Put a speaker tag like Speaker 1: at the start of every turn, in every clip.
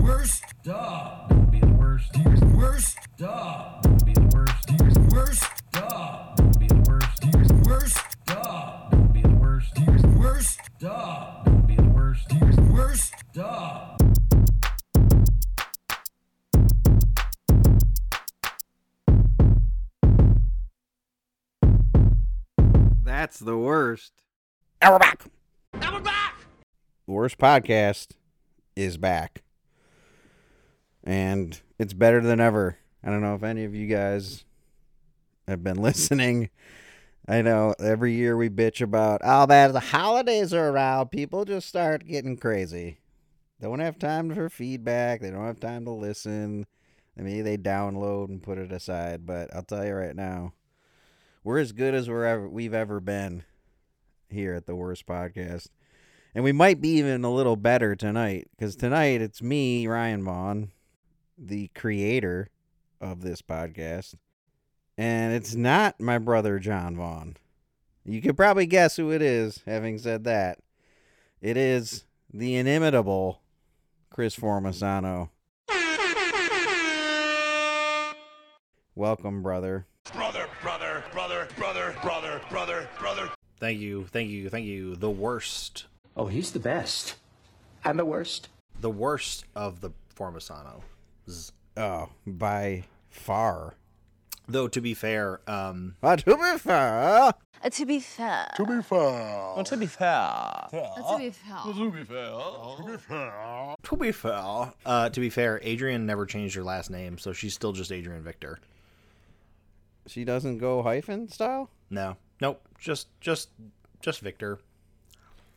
Speaker 1: worst dog. Be the worst. He was worst dog. Be the worst. He was worst dog. Be the worst. He was worst dog. Be the worst. He was worst dog. Be the worst. He was worst dog.
Speaker 2: That's the worst.
Speaker 3: And we're back.
Speaker 2: Worst podcast is back. And it's better than ever. I don't know if any of you guys have been listening. I know every year we bitch about, oh, that the holidays are around. People just start getting crazy. They don't have time for feedback. They don't have time to listen. Maybe they download and put it aside. But I'll tell you right now, we're as good as we're ever, we've ever been here at the worst podcast. And we might be even a little better tonight because tonight it's me, Ryan Vaughn, the creator of this podcast. And it's not my brother, John Vaughn. You could probably guess who it is, having said that. It is the inimitable Chris Formasano. Welcome, brother.
Speaker 4: Brother, brother, brother, brother, brother, brother, brother.
Speaker 3: Thank you, thank you, thank you. The worst,
Speaker 5: Oh, he's the best. And the worst.
Speaker 3: the worst of the Formasano.
Speaker 2: Oh, by far.
Speaker 3: Though to be fair, um,
Speaker 2: But to be fair,
Speaker 6: Uh, to be fair. To be fair. to be fair. to be fair.
Speaker 3: to be fair, uh, to be fair, Adrian never changed her last name, so she's still just Adrian Victor.
Speaker 2: she doesn't go hyphen style?
Speaker 3: No, nope, just just just Victor.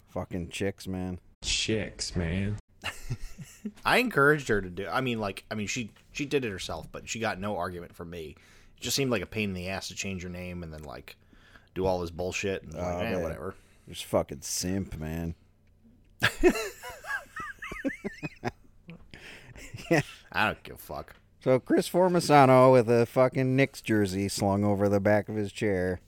Speaker 2: Fucking chicks, man.
Speaker 7: Chicks, man.
Speaker 3: I encouraged her to do. I mean, like, I mean, she she did it herself, but she got no argument from me. It just seemed like a pain in the ass to change your name and then like do all this bullshit and like, eh,
Speaker 2: man.
Speaker 3: whatever.
Speaker 2: You're just fucking simp, man.
Speaker 3: I don't give a fuck.
Speaker 2: So Chris Formasano with a fucking Knicks jersey slung over the back of his chair.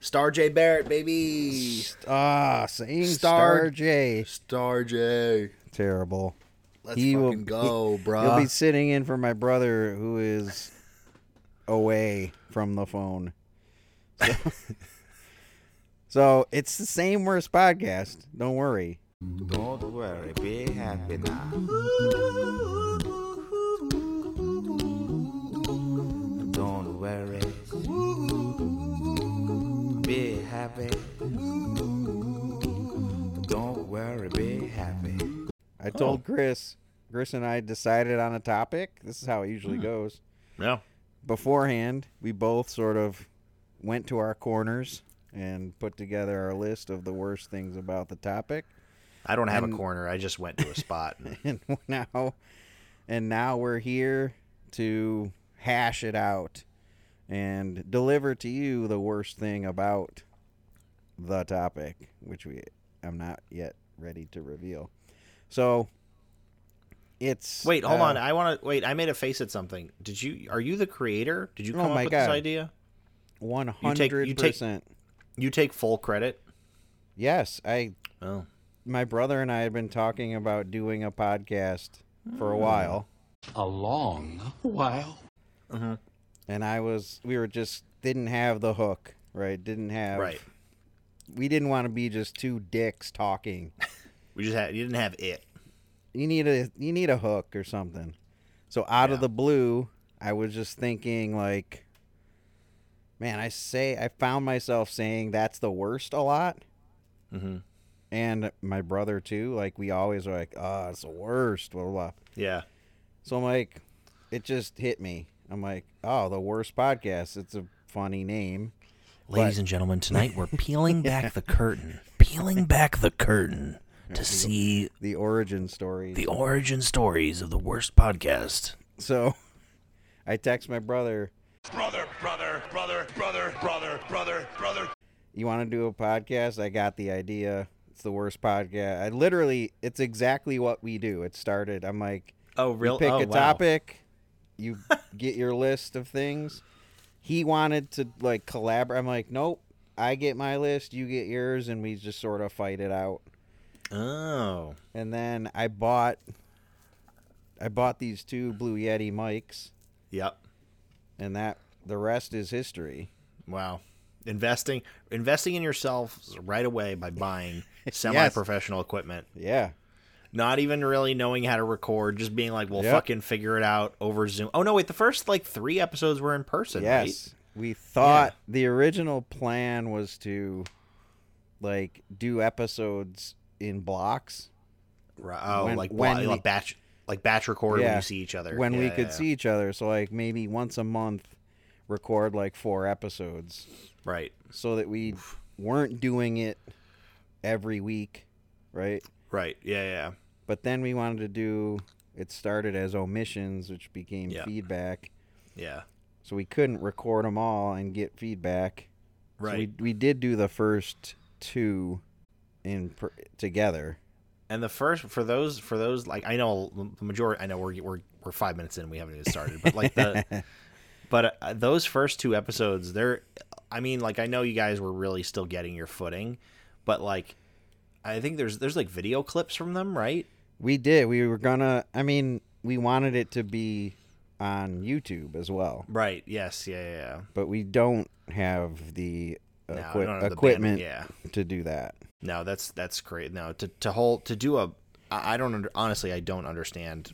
Speaker 3: Star J Barrett, baby.
Speaker 2: Ah, saying
Speaker 3: Star-
Speaker 2: Star, J.
Speaker 3: Star J.
Speaker 2: Terrible.
Speaker 3: Let's
Speaker 2: He will-
Speaker 3: fucking go, bro.
Speaker 2: You'll be sitting in for my brother who is away from the phone. So, so it's the same worst podcast. Don't worry.
Speaker 5: Don't worry, be happy now. Don't worry. Be happy. Don't worry, be happy.
Speaker 3: Oh.
Speaker 2: I told Chris. Chris and I decided on a topic. This is how it
Speaker 3: Hmm.
Speaker 2: usually goes.
Speaker 3: yeah.
Speaker 2: beforehand, we both sort of went to our corners and put together our list of the worst things about the topic.
Speaker 3: I don't have a corner. I just went to a spot. and-
Speaker 2: And now and now we're here to hash it out and deliver to you the worst thing about the topic, which we I'm not yet ready to reveal. So it's
Speaker 3: wait, hold
Speaker 2: uh,
Speaker 3: on. I want to wait. I made a face at something. Did you? Are you the creator? Did you
Speaker 2: Oh
Speaker 3: come
Speaker 2: my
Speaker 3: up with
Speaker 2: God.
Speaker 3: this idea?
Speaker 2: One
Speaker 3: take- you
Speaker 2: hundred
Speaker 3: take-
Speaker 2: percent.
Speaker 3: You take full credit.
Speaker 2: Yes, I
Speaker 3: Oh,
Speaker 2: my brother and I had been talking about doing a podcast for a
Speaker 3: Mm.
Speaker 2: while,
Speaker 7: A long while.
Speaker 3: Mm-hmm.
Speaker 2: and I was we were just didn't have the hook, right? Didn't have
Speaker 3: right.
Speaker 2: We didn't want to be just two dicks talking.
Speaker 3: We just had. You didn't have it.
Speaker 2: You need a you need a hook or something. So out of the blue, I was just thinking like, man, I say I found myself saying that's the worst a lot.
Speaker 3: Mhm.
Speaker 2: And my brother too. Like we always are like, oh, it's the worst. Blah blah. blah.
Speaker 3: Yeah.
Speaker 2: So I'm like, it just hit me. I'm like, oh, the worst podcast. It's a funny name.
Speaker 8: Ladies and gentlemen, tonight we're peeling back the curtain, peeling back the curtain to see
Speaker 2: The origin story.
Speaker 8: the origin stories of the worst podcast.
Speaker 2: so I text my brother,
Speaker 4: Brother, brother, brother, brother, brother, brother, brother.
Speaker 2: you want to do a podcast? I got the idea. It's the worst podcast. I literally, it's exactly what we do. It started. I'm like,
Speaker 3: Oh, real.
Speaker 2: pick
Speaker 3: oh,
Speaker 2: a
Speaker 3: wow.
Speaker 2: topic, you get your list of things. He wanted to like collaborate. I'm like, nope. I get my list, you get yours, and we just sort of fight it out.
Speaker 3: Oh.
Speaker 2: And then I bought, I bought these two Blue Yeti mics,
Speaker 3: Yep.
Speaker 2: and that the rest is history.
Speaker 3: Wow. Investing investing in yourself right away by buying semi professional equipment.
Speaker 2: Yeah,
Speaker 3: Not even really knowing how to record, just being like, We'll
Speaker 2: Yep.
Speaker 3: fucking figure it out over Zoom. Oh no, wait, the first like three episodes were in person,
Speaker 2: yes. We thought the original plan was to, like, do episodes in blocks.
Speaker 3: right? Ri- Oh,
Speaker 2: When-
Speaker 3: like
Speaker 2: when
Speaker 3: blo-
Speaker 2: we-
Speaker 3: like batch like batch record when
Speaker 2: Yeah,
Speaker 3: you see each other.
Speaker 2: when we
Speaker 3: Yeah,
Speaker 2: could
Speaker 3: yeah,
Speaker 2: see each other. So like maybe once a month, record like four episodes,
Speaker 3: yeah. Right.
Speaker 2: so that we weren't doing it every week, right?
Speaker 3: Right. Yeah, yeah.
Speaker 2: But then we wanted to do. It started as omissions, which became
Speaker 3: Yeah.
Speaker 2: feedback.
Speaker 3: Yeah.
Speaker 2: So we couldn't record them all and get feedback. So
Speaker 3: Right.
Speaker 2: we we did do the first two in per, together.
Speaker 3: And the first for those for those like I know the majority I know we're we're we're five minutes in we haven't even started but like the but uh, those first two episodes they're I mean like I know you guys were really still getting your footing but like I think there's there's like video clips from them right
Speaker 2: We did. We were gonna. I mean, we wanted it to be on YouTube as well.
Speaker 3: right yes yeah yeah, yeah.
Speaker 2: but we don't have the
Speaker 3: No, we
Speaker 2: equi-
Speaker 3: don't have the
Speaker 2: equipment
Speaker 3: bandwidth, yeah
Speaker 2: to do that.
Speaker 3: no that's that's great no to to hold to do a I I don't under, honestly I don't understand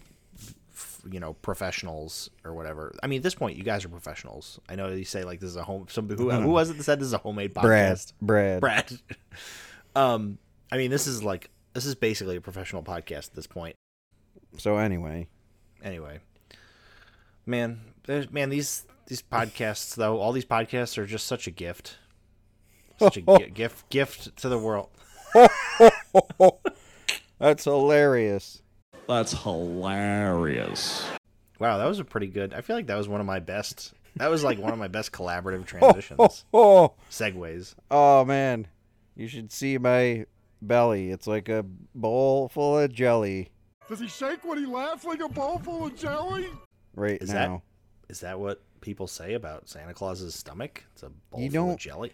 Speaker 3: f- you know professionals or whatever I mean at this point you guys are professionals I know you say like this is a home some who, who was it that said this is a homemade podcast
Speaker 2: Brad, Brad,
Speaker 3: Brad. um, I mean, this is like this is basically a professional podcast at this point.
Speaker 2: So anyway,
Speaker 3: Anyway, man, there's man these these podcasts though. All these podcasts are just such a gift, such a gi- gift gift to the world.
Speaker 2: that's hilarious.
Speaker 7: That's hilarious.
Speaker 3: Wow, that was a pretty good. I feel like that was one of my best. That was like one of my best collaborative transitions,
Speaker 2: Oh,
Speaker 3: segues.
Speaker 2: oh man, you should see my belly. It's like a bowl full of jelly
Speaker 1: Does he shake when he laughs like a bowl full of jelly?
Speaker 2: right
Speaker 3: Is that-
Speaker 2: now.
Speaker 3: Is that what people say about Santa Claus's stomach? It's a bowl
Speaker 2: You
Speaker 3: full
Speaker 2: don't-
Speaker 3: of jelly.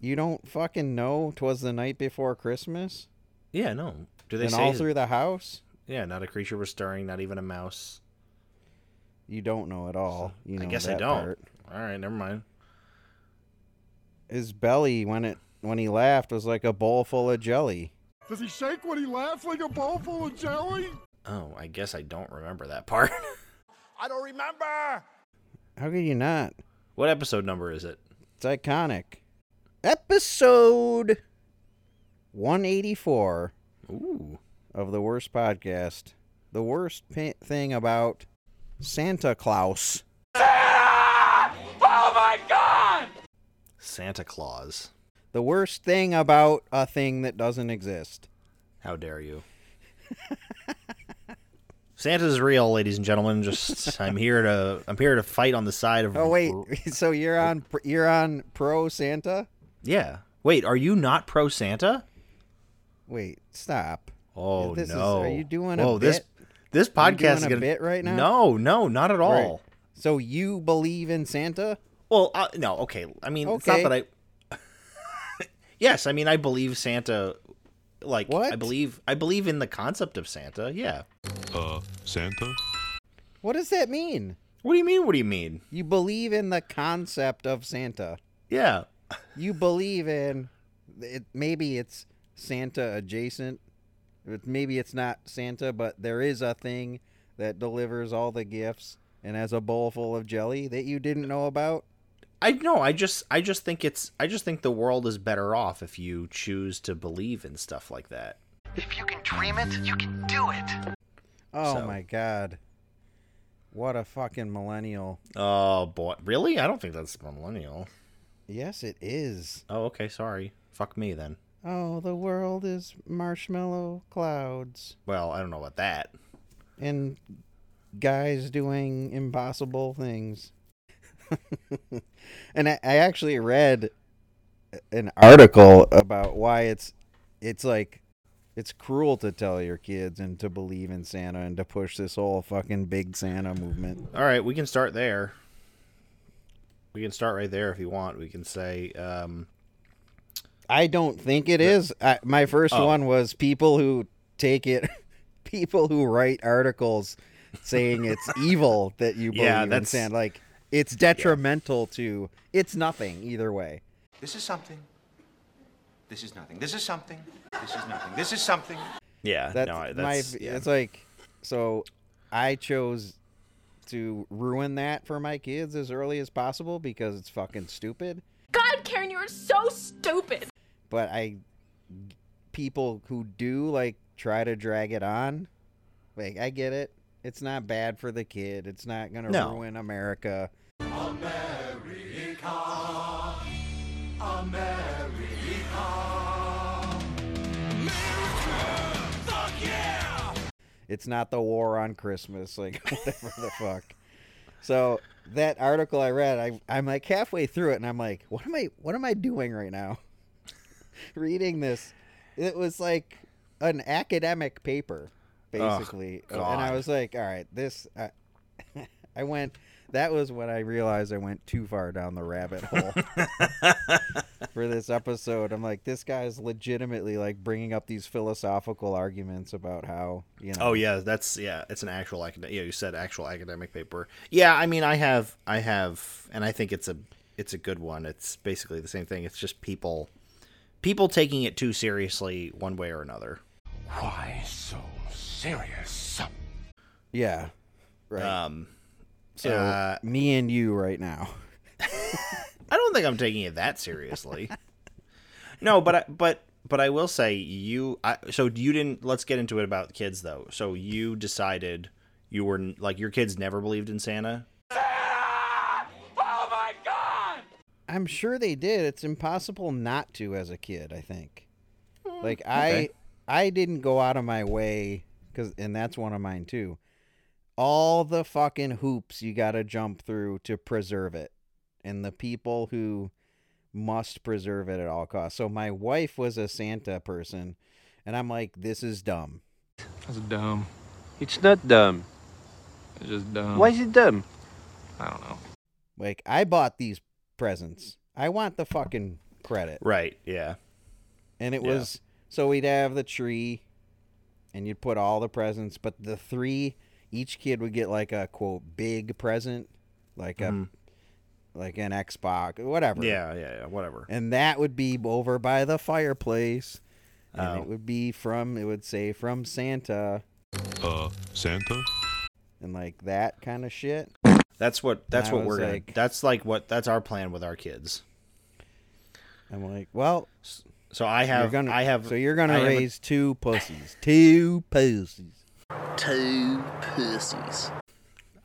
Speaker 2: You don't fucking know. 'Twas the night before Christmas,
Speaker 3: Yeah, no. Do they
Speaker 2: and
Speaker 3: say?
Speaker 2: all through the house,
Speaker 3: yeah, not a creature was stirring, not even a mouse.
Speaker 2: you don't know at all. You know
Speaker 3: I guess I
Speaker 2: that
Speaker 3: don't.
Speaker 2: part.
Speaker 3: All right, never mind.
Speaker 2: His belly when it when he laughed was like a bowl full of jelly.
Speaker 1: Does he shake when he laughs like a bowl full of jelly?
Speaker 3: Oh, I guess I don't remember that part.
Speaker 4: I don't remember.
Speaker 2: How could you not?
Speaker 3: what episode number is it?
Speaker 2: It's iconic. Episode 184
Speaker 3: Ooh.
Speaker 2: of the worst podcast. The worst pa- thing about Santa Claus.
Speaker 3: Santa Claus.
Speaker 2: The worst thing about a thing that doesn't exist.
Speaker 3: How dare you? Santa's real, ladies and gentlemen. Just I'm here to I'm here to fight on the side of
Speaker 2: Oh wait, so you're on pr- you're on pro Santa?
Speaker 3: Yeah. Wait, are you not pro Santa?
Speaker 2: Wait, stop.
Speaker 3: Oh
Speaker 2: This is-
Speaker 3: no.
Speaker 2: are you doing a
Speaker 3: Whoa, this
Speaker 2: bit?
Speaker 3: this
Speaker 2: Are you
Speaker 3: podcast is
Speaker 2: doing a
Speaker 3: gonna
Speaker 2: bit right now?
Speaker 3: No, no, not at all.
Speaker 2: Right. So you believe in Santa?
Speaker 3: Well, uh, no, okay. I mean, it's not
Speaker 2: Okay.
Speaker 3: that I. yes, I mean, I believe Santa. Like, I
Speaker 2: What?
Speaker 3: believe I believe in the concept of Santa. Yeah.
Speaker 2: What does that mean?
Speaker 3: What do you mean? What do you mean?
Speaker 2: You believe in the concept of Santa.
Speaker 3: Yeah.
Speaker 2: you believe in it maybe it's santa adjacent It- maybe it's not santa but there is a thing that delivers all the gifts and has a bowl full of jelly that you didn't know about
Speaker 3: I know. I just I just think it's I just think the world is better off if you choose to believe in stuff like that.
Speaker 9: If you can dream it, you can do it.
Speaker 2: oh
Speaker 3: So-
Speaker 2: my god what a fucking millennial
Speaker 3: Oh boy, really? I don't think that's millennial.
Speaker 2: yes it is
Speaker 3: Oh, okay. Sorry. Fuck me then.
Speaker 2: oh the world is marshmallow clouds
Speaker 3: Well, I don't know about that.
Speaker 2: and guys doing impossible things. and I, I actually read an article about why it's it's like it's cruel to tell your kids and to believe in Santa and to push this whole fucking big Santa movement.
Speaker 3: All right, we can start there. We can start right there if you want. We can say um,
Speaker 2: I don't think it is. I, my first
Speaker 3: Oh.
Speaker 2: one was people who take it, people who write articles saying it's evil that you believe
Speaker 3: Yeah,
Speaker 2: in
Speaker 3: that's-
Speaker 2: Santa. Like it's detrimental to. It's nothing either way.
Speaker 10: This is something. This is nothing. This is something. This is nothing. This is something.
Speaker 3: Yeah,
Speaker 2: That's
Speaker 3: no,
Speaker 2: my.
Speaker 3: I- that's yeah.
Speaker 2: It's like so. I chose to ruin that for my kids as early as possible because it's fucking stupid.
Speaker 11: God, Karen, you are so stupid.
Speaker 2: but I people who do like try to drag it on. Like I get it. It's not bad for the kid. It's not gonna
Speaker 3: No.
Speaker 2: ruin America.
Speaker 1: America.
Speaker 2: It's not the war on Christmas. Like whatever the fuck. So that article I read, I I'm like halfway through it, and I'm like, what am I what am I doing right now? Reading this, it was like an academic paper,
Speaker 1: Ugh,
Speaker 2: basically, and I
Speaker 1: God.
Speaker 2: was like, all right, this. I, I went. That was when I realized I went too far down the rabbit hole for this episode. I'm like, this guy is legitimately like bringing up these philosophical arguments about how you know.
Speaker 3: Oh yeah, that's yeah. It's an actual academic. Yeah, you said actual academic paper. Yeah, I mean, I have, I have, and I think it's a, it's a good one. It's basically the same thing. It's just people, people taking it too seriously one way or another.
Speaker 4: Why so serious?
Speaker 1: Oh.
Speaker 2: Yeah. Right.
Speaker 1: Uh,
Speaker 3: Um,
Speaker 2: So
Speaker 3: uh,
Speaker 2: me and you right now.
Speaker 3: I don't think I'm taking it that seriously. no, but I, but but I will say you. I, so you didn't. Let's get into it about kids though. So you decided you were n- like your kids never believed in Santa.
Speaker 2: I'm sure they did. It's impossible not to as a kid, I think. Like I
Speaker 1: Okay.
Speaker 2: I didn't go out of my way cuz and that's one of mine too. All the fucking hoops you got to jump through to preserve it. And the people who must preserve it at all costs. So my wife was a Santa person and I'm like this is dumb.
Speaker 12: That's dumb. It's not dumb. It's just dumb.
Speaker 2: Why is
Speaker 12: it dumb? I don't know.
Speaker 2: Like I bought these presents. I want the fucking credit.
Speaker 3: Right. Yeah.
Speaker 2: And it
Speaker 3: Yeah.
Speaker 2: was so we'd have the tree and you'd put all the presents, but the three each kid would get like a quote big present, like
Speaker 3: Mhm.
Speaker 2: a like an Xbox, whatever.
Speaker 3: Yeah. Yeah. Yeah. Whatever.
Speaker 2: And that would be over by the fireplace. And
Speaker 3: Oh.
Speaker 2: it would be from it would say from Santa
Speaker 4: Uh, Santa?
Speaker 2: and like that kind of shit.
Speaker 3: That's what that's
Speaker 2: I
Speaker 3: what
Speaker 2: was
Speaker 3: we're
Speaker 2: like-
Speaker 3: gonna, that's like what that's our plan with our kids.
Speaker 2: I'm like, well,
Speaker 3: so I have
Speaker 2: gonna-
Speaker 3: I have
Speaker 2: so you're gonna
Speaker 3: I am a-
Speaker 2: raise two pussies, two pussies.
Speaker 12: Two pussies.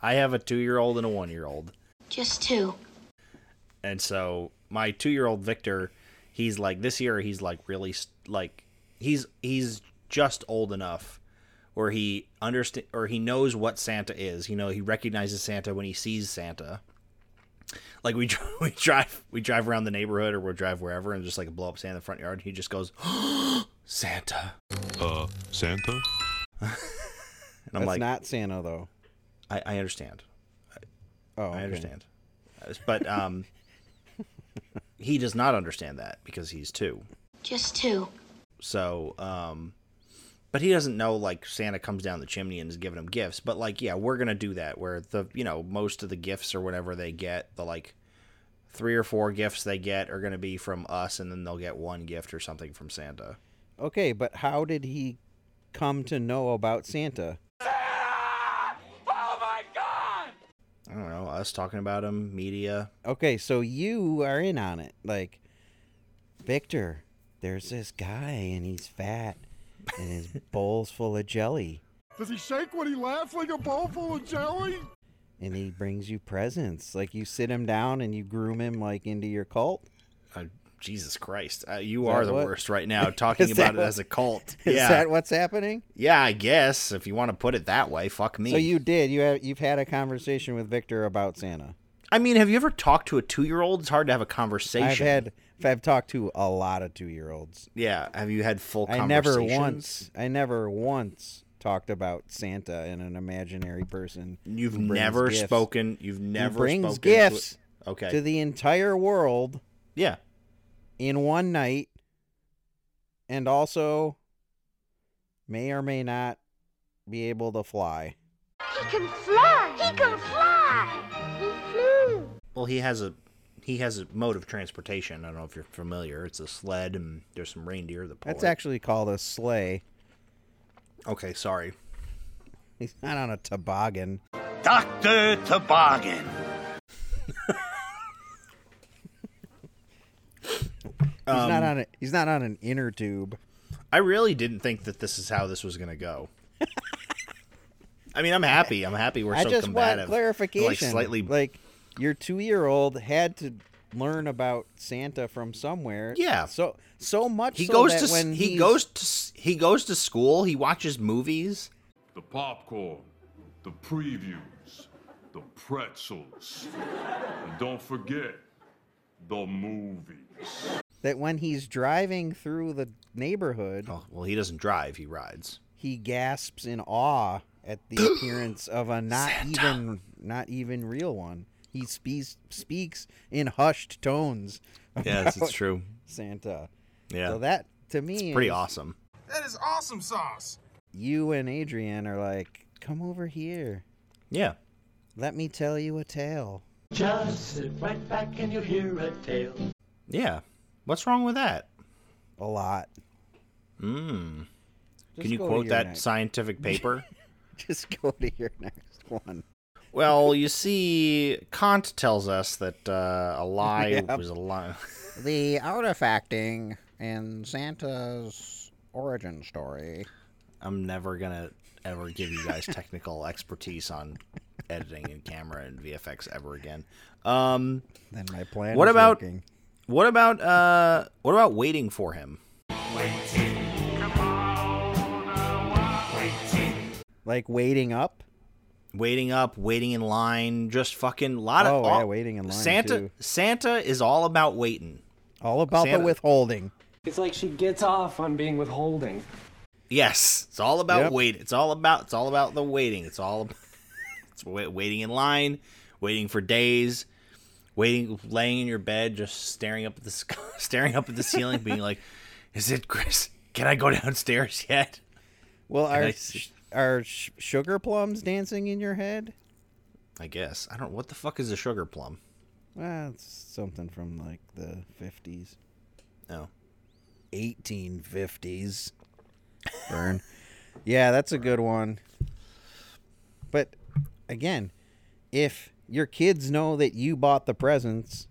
Speaker 3: I have a 2-year-old and a 1-year-old.
Speaker 13: Just two.
Speaker 3: And so my 2-year-old Victor, he's like this year he's like really s- like he's he's just old enough where he understand or he knows what Santa is. You know, he recognizes Santa when he sees Santa. Like we dri- we drive we drive around the neighborhood or we'll drive wherever and just like blow up Santa in the front yard. He just goes, Santa.
Speaker 4: Uh, Santa?
Speaker 3: And I'm
Speaker 2: That's
Speaker 3: like,
Speaker 2: not Santa though.
Speaker 3: I, I understand.
Speaker 2: Oh,
Speaker 3: I
Speaker 2: okay.
Speaker 3: understand. But um, he does not understand that because he's two.
Speaker 13: Just two.
Speaker 3: So, um, but he doesn't know like Santa comes down the chimney and is giving him gifts. But like, yeah, we're gonna do that where the you know most of the gifts or whatever they get, the like three or four gifts they get are gonna be from us, and then they'll get one gift or something from Santa.
Speaker 2: Okay, but how did he come to know about Santa?
Speaker 3: I don't know. Us talking about him, media.
Speaker 2: Okay, so you are in on it. Like, Victor, there's this guy and he's fat and his bowl's full of jelly
Speaker 1: Does he shake when he laughs like a bowl full of jelly?
Speaker 2: and he brings you presents. Like, you sit him down and you groom him, like, into your cult.
Speaker 3: Uh, Jesus Christ, uh, you
Speaker 2: Is
Speaker 3: are
Speaker 2: that
Speaker 3: the
Speaker 2: what-
Speaker 3: worst right now talking
Speaker 2: Is that
Speaker 3: about it
Speaker 2: what-
Speaker 3: as a cult.
Speaker 2: Is
Speaker 3: yeah.
Speaker 2: that what's happening?
Speaker 3: Yeah, I guess if you want to put it that way, fuck me.
Speaker 2: So you did. You have, you've had a conversation with Victor about Santa.
Speaker 3: I mean, have you ever talked to a two-year-old? It's hard to have a conversation.
Speaker 2: I've had, I've talked to a lot of two-year-olds.
Speaker 3: Yeah, have you had full?
Speaker 2: I never
Speaker 3: conversations?
Speaker 2: once, I never once talked about Santa and an imaginary person.
Speaker 3: You've
Speaker 2: who brings
Speaker 3: never
Speaker 2: gifts.
Speaker 3: spoken. You've never
Speaker 2: he brings
Speaker 3: spoken to a-
Speaker 2: gifts
Speaker 3: okay.
Speaker 2: to the entire world
Speaker 3: yeah
Speaker 2: in one night and also may or may not be able to fly.
Speaker 14: He can fly. He can fly. He flew.
Speaker 3: Well, he has a he has a mode of transportation. I don't know if you're familiar. It's a sled, and there's some reindeer that pull.
Speaker 2: That's
Speaker 3: Oh, it.
Speaker 2: actually called a sleigh.
Speaker 3: Okay, sorry.
Speaker 2: He's not on a toboggan.
Speaker 4: Dr. Toboggan.
Speaker 2: He's
Speaker 3: Um,
Speaker 2: not on a, he's not on an inner tube.
Speaker 3: I really didn't think that this is how this was gonna go. I mean, I'm happy. I'm happy we're
Speaker 2: I
Speaker 3: so
Speaker 2: just
Speaker 3: combative.
Speaker 2: want
Speaker 3: Like
Speaker 2: clarification.
Speaker 3: slightly.
Speaker 2: like your two year old had to learn about Santa from somewhere.
Speaker 3: Yeah.
Speaker 2: So so much
Speaker 3: he
Speaker 2: so
Speaker 3: goes
Speaker 2: that
Speaker 3: to s-
Speaker 2: when
Speaker 3: he
Speaker 2: he's-
Speaker 3: goes to s- he goes to school. He watches movies.
Speaker 15: The popcorn, the previews, the pretzels. And don't forget the movies.
Speaker 2: that when he's driving through the neighborhood
Speaker 3: Well, he doesn't drive. He rides.
Speaker 2: he gasps in awe at the appearance of a not even not even real one. He speaks speaks in hushed tones.
Speaker 3: Yes, it's
Speaker 2: about
Speaker 3: true.
Speaker 2: Santa.
Speaker 3: Yeah.
Speaker 2: So that to me
Speaker 3: Pretty
Speaker 2: is-
Speaker 3: awesome.
Speaker 16: That is awesome sauce.
Speaker 2: You and Adrian are like, come over here.
Speaker 3: Yeah.
Speaker 2: Let me tell you a tale.
Speaker 17: Just sit right back and you'll hear a tale.
Speaker 3: Yeah. What's wrong with that?
Speaker 2: A lot.
Speaker 3: Mm.
Speaker 2: Just
Speaker 3: Can you
Speaker 2: go to
Speaker 3: quote
Speaker 2: your
Speaker 3: that
Speaker 2: next.
Speaker 3: scientific paper?
Speaker 2: Just go to your next one.
Speaker 3: well, you see, Kant tells us that uh, a lie
Speaker 2: Yep.
Speaker 3: was a lie.
Speaker 2: The artifacting and Santa's origin story.
Speaker 3: I'm never gonna ever give you guys technical expertise on editing and camera and VFX ever again. Um,
Speaker 2: then my plan.
Speaker 3: What
Speaker 2: is
Speaker 3: about
Speaker 2: working.
Speaker 3: what about uh, what about waiting for him?
Speaker 2: Like waiting up?
Speaker 3: Waiting up, waiting in line, just fucking lot of
Speaker 2: Oh, yeah,
Speaker 3: all-
Speaker 2: waiting in line,
Speaker 3: Santa
Speaker 2: too.
Speaker 3: Santa is all about waiting.
Speaker 2: All about
Speaker 3: Santa-
Speaker 2: the withholding?
Speaker 18: It's like she gets off on being withholding.
Speaker 3: Yes, it's all about
Speaker 18: Yep.
Speaker 3: wait. It's all about it's all about the waiting. It's all it's wait, waiting in line, waiting for days, waiting, laying in your bed, just staring up at the sky, staring up at the ceiling, being like, "Is it Chris? Can I go downstairs yet?"
Speaker 2: Well,
Speaker 3: And
Speaker 2: are
Speaker 3: I
Speaker 2: sh- are sh- sugar plums dancing in your head?
Speaker 3: I guess I don't. What the fuck is a sugar plum?
Speaker 2: Well, it's something from like the fifties.
Speaker 3: No.
Speaker 2: Eighteen fifties. Burn. yeah, that's a good one. But again, if your kids know that you bought the presents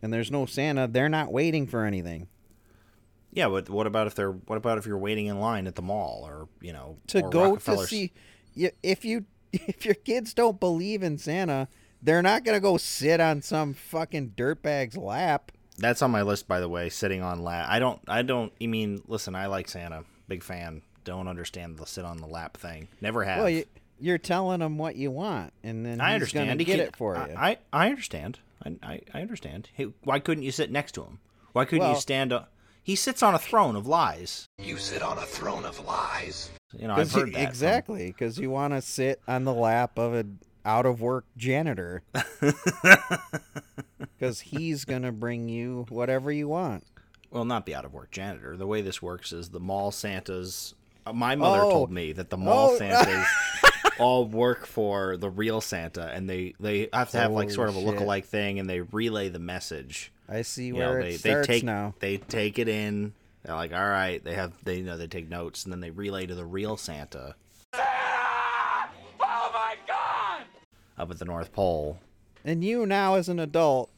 Speaker 2: and there's no Santa, they're not waiting for anything.
Speaker 3: Yeah, but what about if they're what about if you're waiting in line at the mall or you know
Speaker 2: to
Speaker 3: or
Speaker 2: go to
Speaker 3: Rockefeller's-
Speaker 2: see y- if you if your kids don't believe in Santa, they're not gonna go sit on some fucking dirtbag's lap.
Speaker 3: That's on my list, by the way. Sitting on lap. I don't. I don't. I mean, listen. I like Santa. Big fan. Don't understand the sit on the lap thing. Never have.
Speaker 2: Well, you, you're telling them what you want, and then
Speaker 3: I
Speaker 2: he's
Speaker 3: understand.
Speaker 2: gonna
Speaker 3: He
Speaker 2: get
Speaker 3: can-
Speaker 2: it for
Speaker 3: I-
Speaker 2: you.
Speaker 3: I, I understand. I, I, I understand. Hey, why couldn't you sit next to him? Why couldn't
Speaker 2: Well-
Speaker 3: you stand up? He sits on a throne of lies.
Speaker 4: You sit on a throne of lies.
Speaker 3: You know, I've
Speaker 2: 'Cause you-
Speaker 3: heard that. from-
Speaker 2: exactly because you want to sit on the lap of an out of work janitor because he's gonna bring you whatever you want.
Speaker 3: well, not the out of work janitor. The way this works is the mall Santas. uh, My mother
Speaker 2: Oh.
Speaker 3: told me that the mall
Speaker 2: Oh.
Speaker 3: Santas all work for the real Santa, and they they have to have like
Speaker 2: Holy
Speaker 3: sort of a
Speaker 2: shit.
Speaker 3: lookalike thing, and they relay the message.
Speaker 2: I see
Speaker 3: You know,
Speaker 2: where
Speaker 3: they,
Speaker 2: it starts
Speaker 3: they take,
Speaker 2: now.
Speaker 3: They take it in. They're like, all right. They have they you know they take notes, and then they relay to the real Santa
Speaker 4: Oh my god!
Speaker 3: up at the North Pole.
Speaker 2: And you now, as an adult,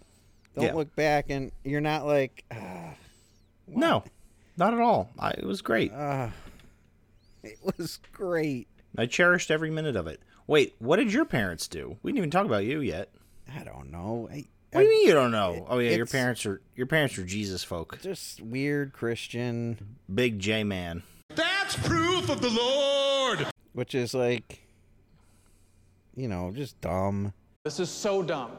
Speaker 2: don't
Speaker 3: Yeah.
Speaker 2: look back and you're not like, "Ah,
Speaker 3: No, not at all. I, it was great.
Speaker 2: it was great.
Speaker 3: I cherished every minute of it. Wait, what did your parents do? We didn't even talk about you yet.
Speaker 2: I don't know. I,
Speaker 3: What do you mean you don't know? Oh yeah, your
Speaker 2: it's-
Speaker 3: parents are your parents are Jesus folk.
Speaker 2: Just weird Christian.
Speaker 3: Big J man.
Speaker 4: That's proof of the Lord!
Speaker 2: Which is like, you know, just dumb.
Speaker 18: This is so dumb.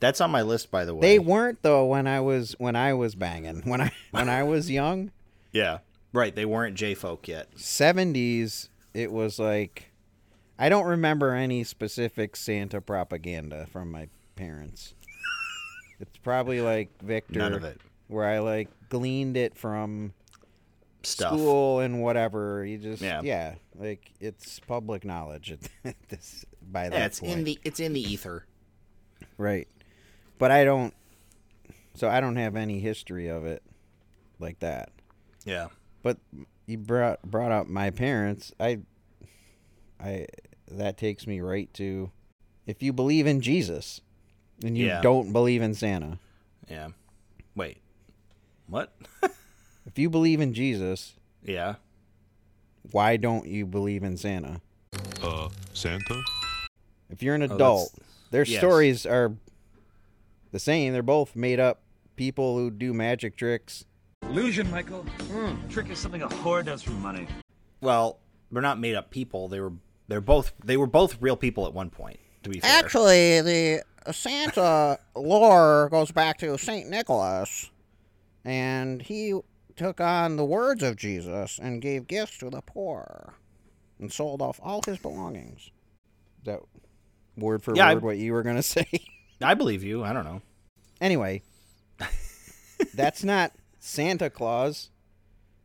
Speaker 3: That's on my list, by the way.
Speaker 2: They weren't though when I was when I was banging when I when I was young.
Speaker 3: Yeah, right. They weren't J folk yet.
Speaker 2: Seventies, it was like, I don't remember any specific Santa propaganda from my parents. It's probably like Victor,
Speaker 3: None of it.
Speaker 2: where I like gleaned it from
Speaker 3: stuff.
Speaker 2: school and whatever. You just
Speaker 3: Yeah.
Speaker 2: yeah, like it's public knowledge at, at this by
Speaker 3: Yeah,
Speaker 2: that
Speaker 3: it's
Speaker 2: point,
Speaker 3: in the it's in the ether.
Speaker 2: right? But I don't. So I don't have any history of it like that.
Speaker 3: Yeah.
Speaker 2: But you brought brought up my parents. I, I that takes me right to if you believe in Jesus and you
Speaker 3: Yeah.
Speaker 2: don't believe in Santa.
Speaker 3: Yeah. Wait. What?
Speaker 2: If you believe in Jesus,
Speaker 3: Yeah.
Speaker 2: why don't you believe in Santa?
Speaker 15: Uh, Santa?
Speaker 2: If you're an
Speaker 15: Oh, that's-
Speaker 2: adult, their
Speaker 15: yes.
Speaker 2: stories are the same. They're both made up people who do magic tricks.
Speaker 19: Illusion, Michael. Hmm. Trick is something a whore does for money.
Speaker 3: Well, they're not made up people. They were they're both they were both real people at one point, to be fair.
Speaker 2: Actually, the Santa lore goes back to St. Nicholas, and he took on the words of Jesus and gave gifts to the poor and sold off all his belongings. That word for
Speaker 3: Yeah, I-
Speaker 2: word what you were going to say.
Speaker 3: I believe you. I don't know.
Speaker 2: anyway, that's not Santa Claus.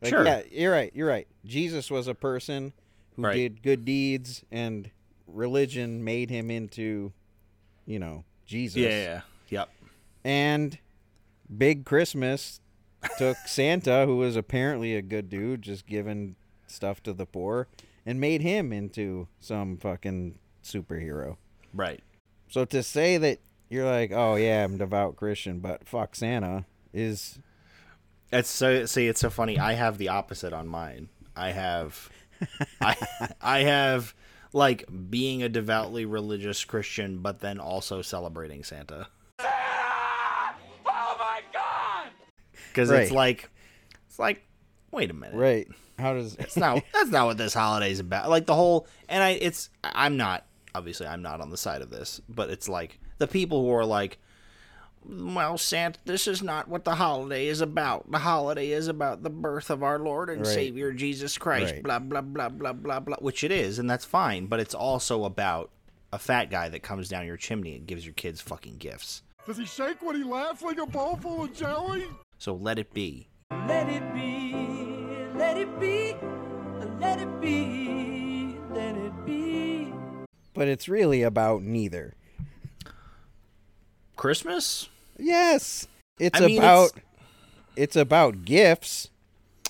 Speaker 2: Like,
Speaker 3: Sure.
Speaker 2: Yeah, you're right. You're right. Jesus was a person who
Speaker 3: Right.
Speaker 2: did good deeds, and religion made him into, you know, Jesus.
Speaker 3: Yeah, yeah, yeah. Yep.
Speaker 2: And Big Christmas took Santa, who was apparently a good dude, just giving stuff to the poor, and made him into some fucking superhero.
Speaker 3: Right.
Speaker 2: So to say that you're like, oh yeah, I'm a devout Christian, but fuck Santa is
Speaker 3: That's so see, it's so funny. I have the opposite on mine. I have I I have like being a devoutly religious Christian, but then also celebrating Santa.
Speaker 4: Oh my god!
Speaker 3: Because it's
Speaker 2: Right.
Speaker 3: like it's like, wait a minute.
Speaker 2: right. How does
Speaker 3: That's not that's not what this holiday's about. Like the whole and I it's I- I'm not obviously I'm not on the side of this, but it's like the people who are like well, Santa, this is not what the holiday is about. The holiday is about the birth of our Lord and
Speaker 8: Right.
Speaker 3: Savior Jesus Christ,
Speaker 8: Right.
Speaker 3: blah, blah, blah, blah, blah, blah, which it is, and that's fine, but it's also about a fat guy that comes down your chimney and gives your kids fucking gifts.
Speaker 16: Does he shake when he laughs like a bowl full of jelly?
Speaker 3: So let it be.
Speaker 20: Let it be, let it be, let it be, let it be.
Speaker 2: but it's really about neither.
Speaker 3: Christmas?
Speaker 2: Yes. It's
Speaker 3: I mean,
Speaker 2: about it's... about gifts.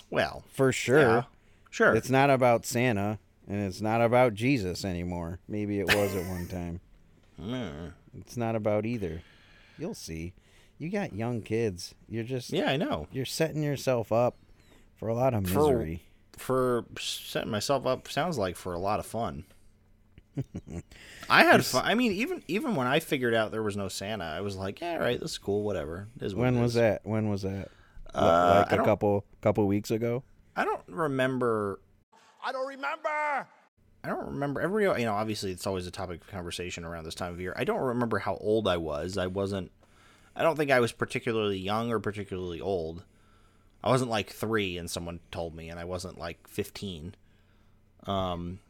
Speaker 3: Well,
Speaker 2: For sure.
Speaker 3: yeah, sure.
Speaker 2: It's not about Santa and it's not about Jesus anymore. Maybe it was at one time. It's not about either. You'll see. You got young kids. You're just
Speaker 3: Yeah, I know.
Speaker 2: You're setting yourself up for a lot of misery.
Speaker 3: For, for setting myself up sounds like for a lot of fun. I had fun. I mean, even even when I figured out there was no Santa, I was like, "Yeah, all right, that's cool, whatever." It Is what
Speaker 2: when
Speaker 3: it
Speaker 2: was
Speaker 3: is."
Speaker 2: that? When was that? Wha-
Speaker 3: Uh, I
Speaker 2: like a
Speaker 3: don't-
Speaker 2: couple couple weeks ago.
Speaker 3: I don't remember.
Speaker 4: I don't remember.
Speaker 3: I don't remember. Every you know, obviously, it's always a topic of conversation around this time of year. I don't remember how old I was. I wasn't. I don't think I was particularly young or particularly old. I wasn't like three, and someone told me, and I wasn't like fifteen. Um,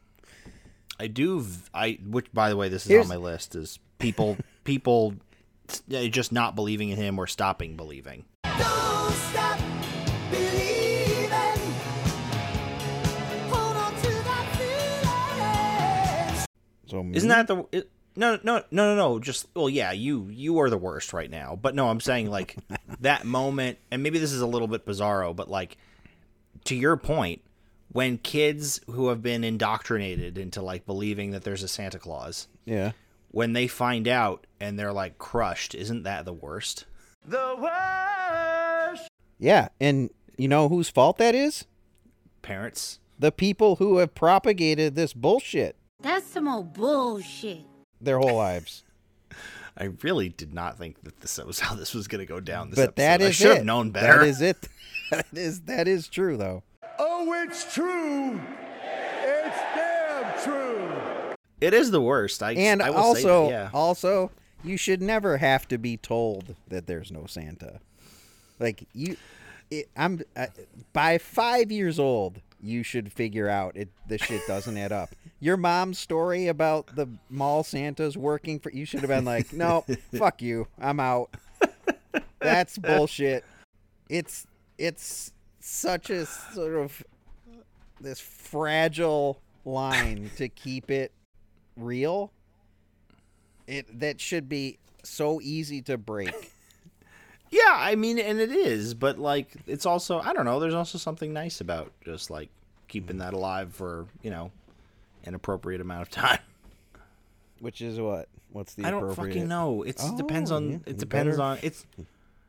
Speaker 3: I do. v- I which, by the way, this is
Speaker 2: Here's-
Speaker 3: on my list is people people uh, just not believing in him or stopping believing.
Speaker 20: Don't stop believing. Hold on to that feeling.
Speaker 2: So
Speaker 3: Isn't
Speaker 2: me?
Speaker 3: that the it, no no no no no just well yeah you you are the worst right now but no I'm saying like that moment and maybe this is a little bit bizarro but like to your point when kids who have been indoctrinated into like believing that there's a Santa Claus
Speaker 2: Yeah.
Speaker 3: when they find out and they're like crushed isn't that the worst
Speaker 20: The worst.
Speaker 2: Yeah, and you know whose fault that is?
Speaker 3: parents
Speaker 2: The people who have propagated this bullshit
Speaker 21: That's some old bullshit.
Speaker 2: their whole lives.
Speaker 3: I really did not think that this was how this was gonna go down this
Speaker 2: but that
Speaker 3: episode.
Speaker 2: is
Speaker 3: I should
Speaker 2: it.
Speaker 3: have known better
Speaker 2: That is it. that is that is true though.
Speaker 16: Oh, it's true. It's damn true.
Speaker 3: it is the worst I
Speaker 2: And
Speaker 3: I will say that,
Speaker 2: also
Speaker 3: yeah.
Speaker 2: also you should never have to be told that there's no Santa. Like you it, I'm I, by 5 years old you should figure out it the shit doesn't add up. Your mom's story about the mall Santas working for you should have been like, "No, fuck you. I'm out." That's bullshit. It's it's such a sort of this fragile line to keep it real. It that should be so easy to break.
Speaker 3: Yeah, I mean, and it is, but like, it's also I don't know. There's also something nice about just like keeping that alive for you know an appropriate amount of time.
Speaker 2: Which is what? What's the
Speaker 3: I don't
Speaker 2: appropriate-
Speaker 3: fucking know. It depends
Speaker 2: Oh,
Speaker 3: on.
Speaker 2: yeah.
Speaker 3: It
Speaker 2: You
Speaker 3: depends
Speaker 2: better-
Speaker 3: on. It's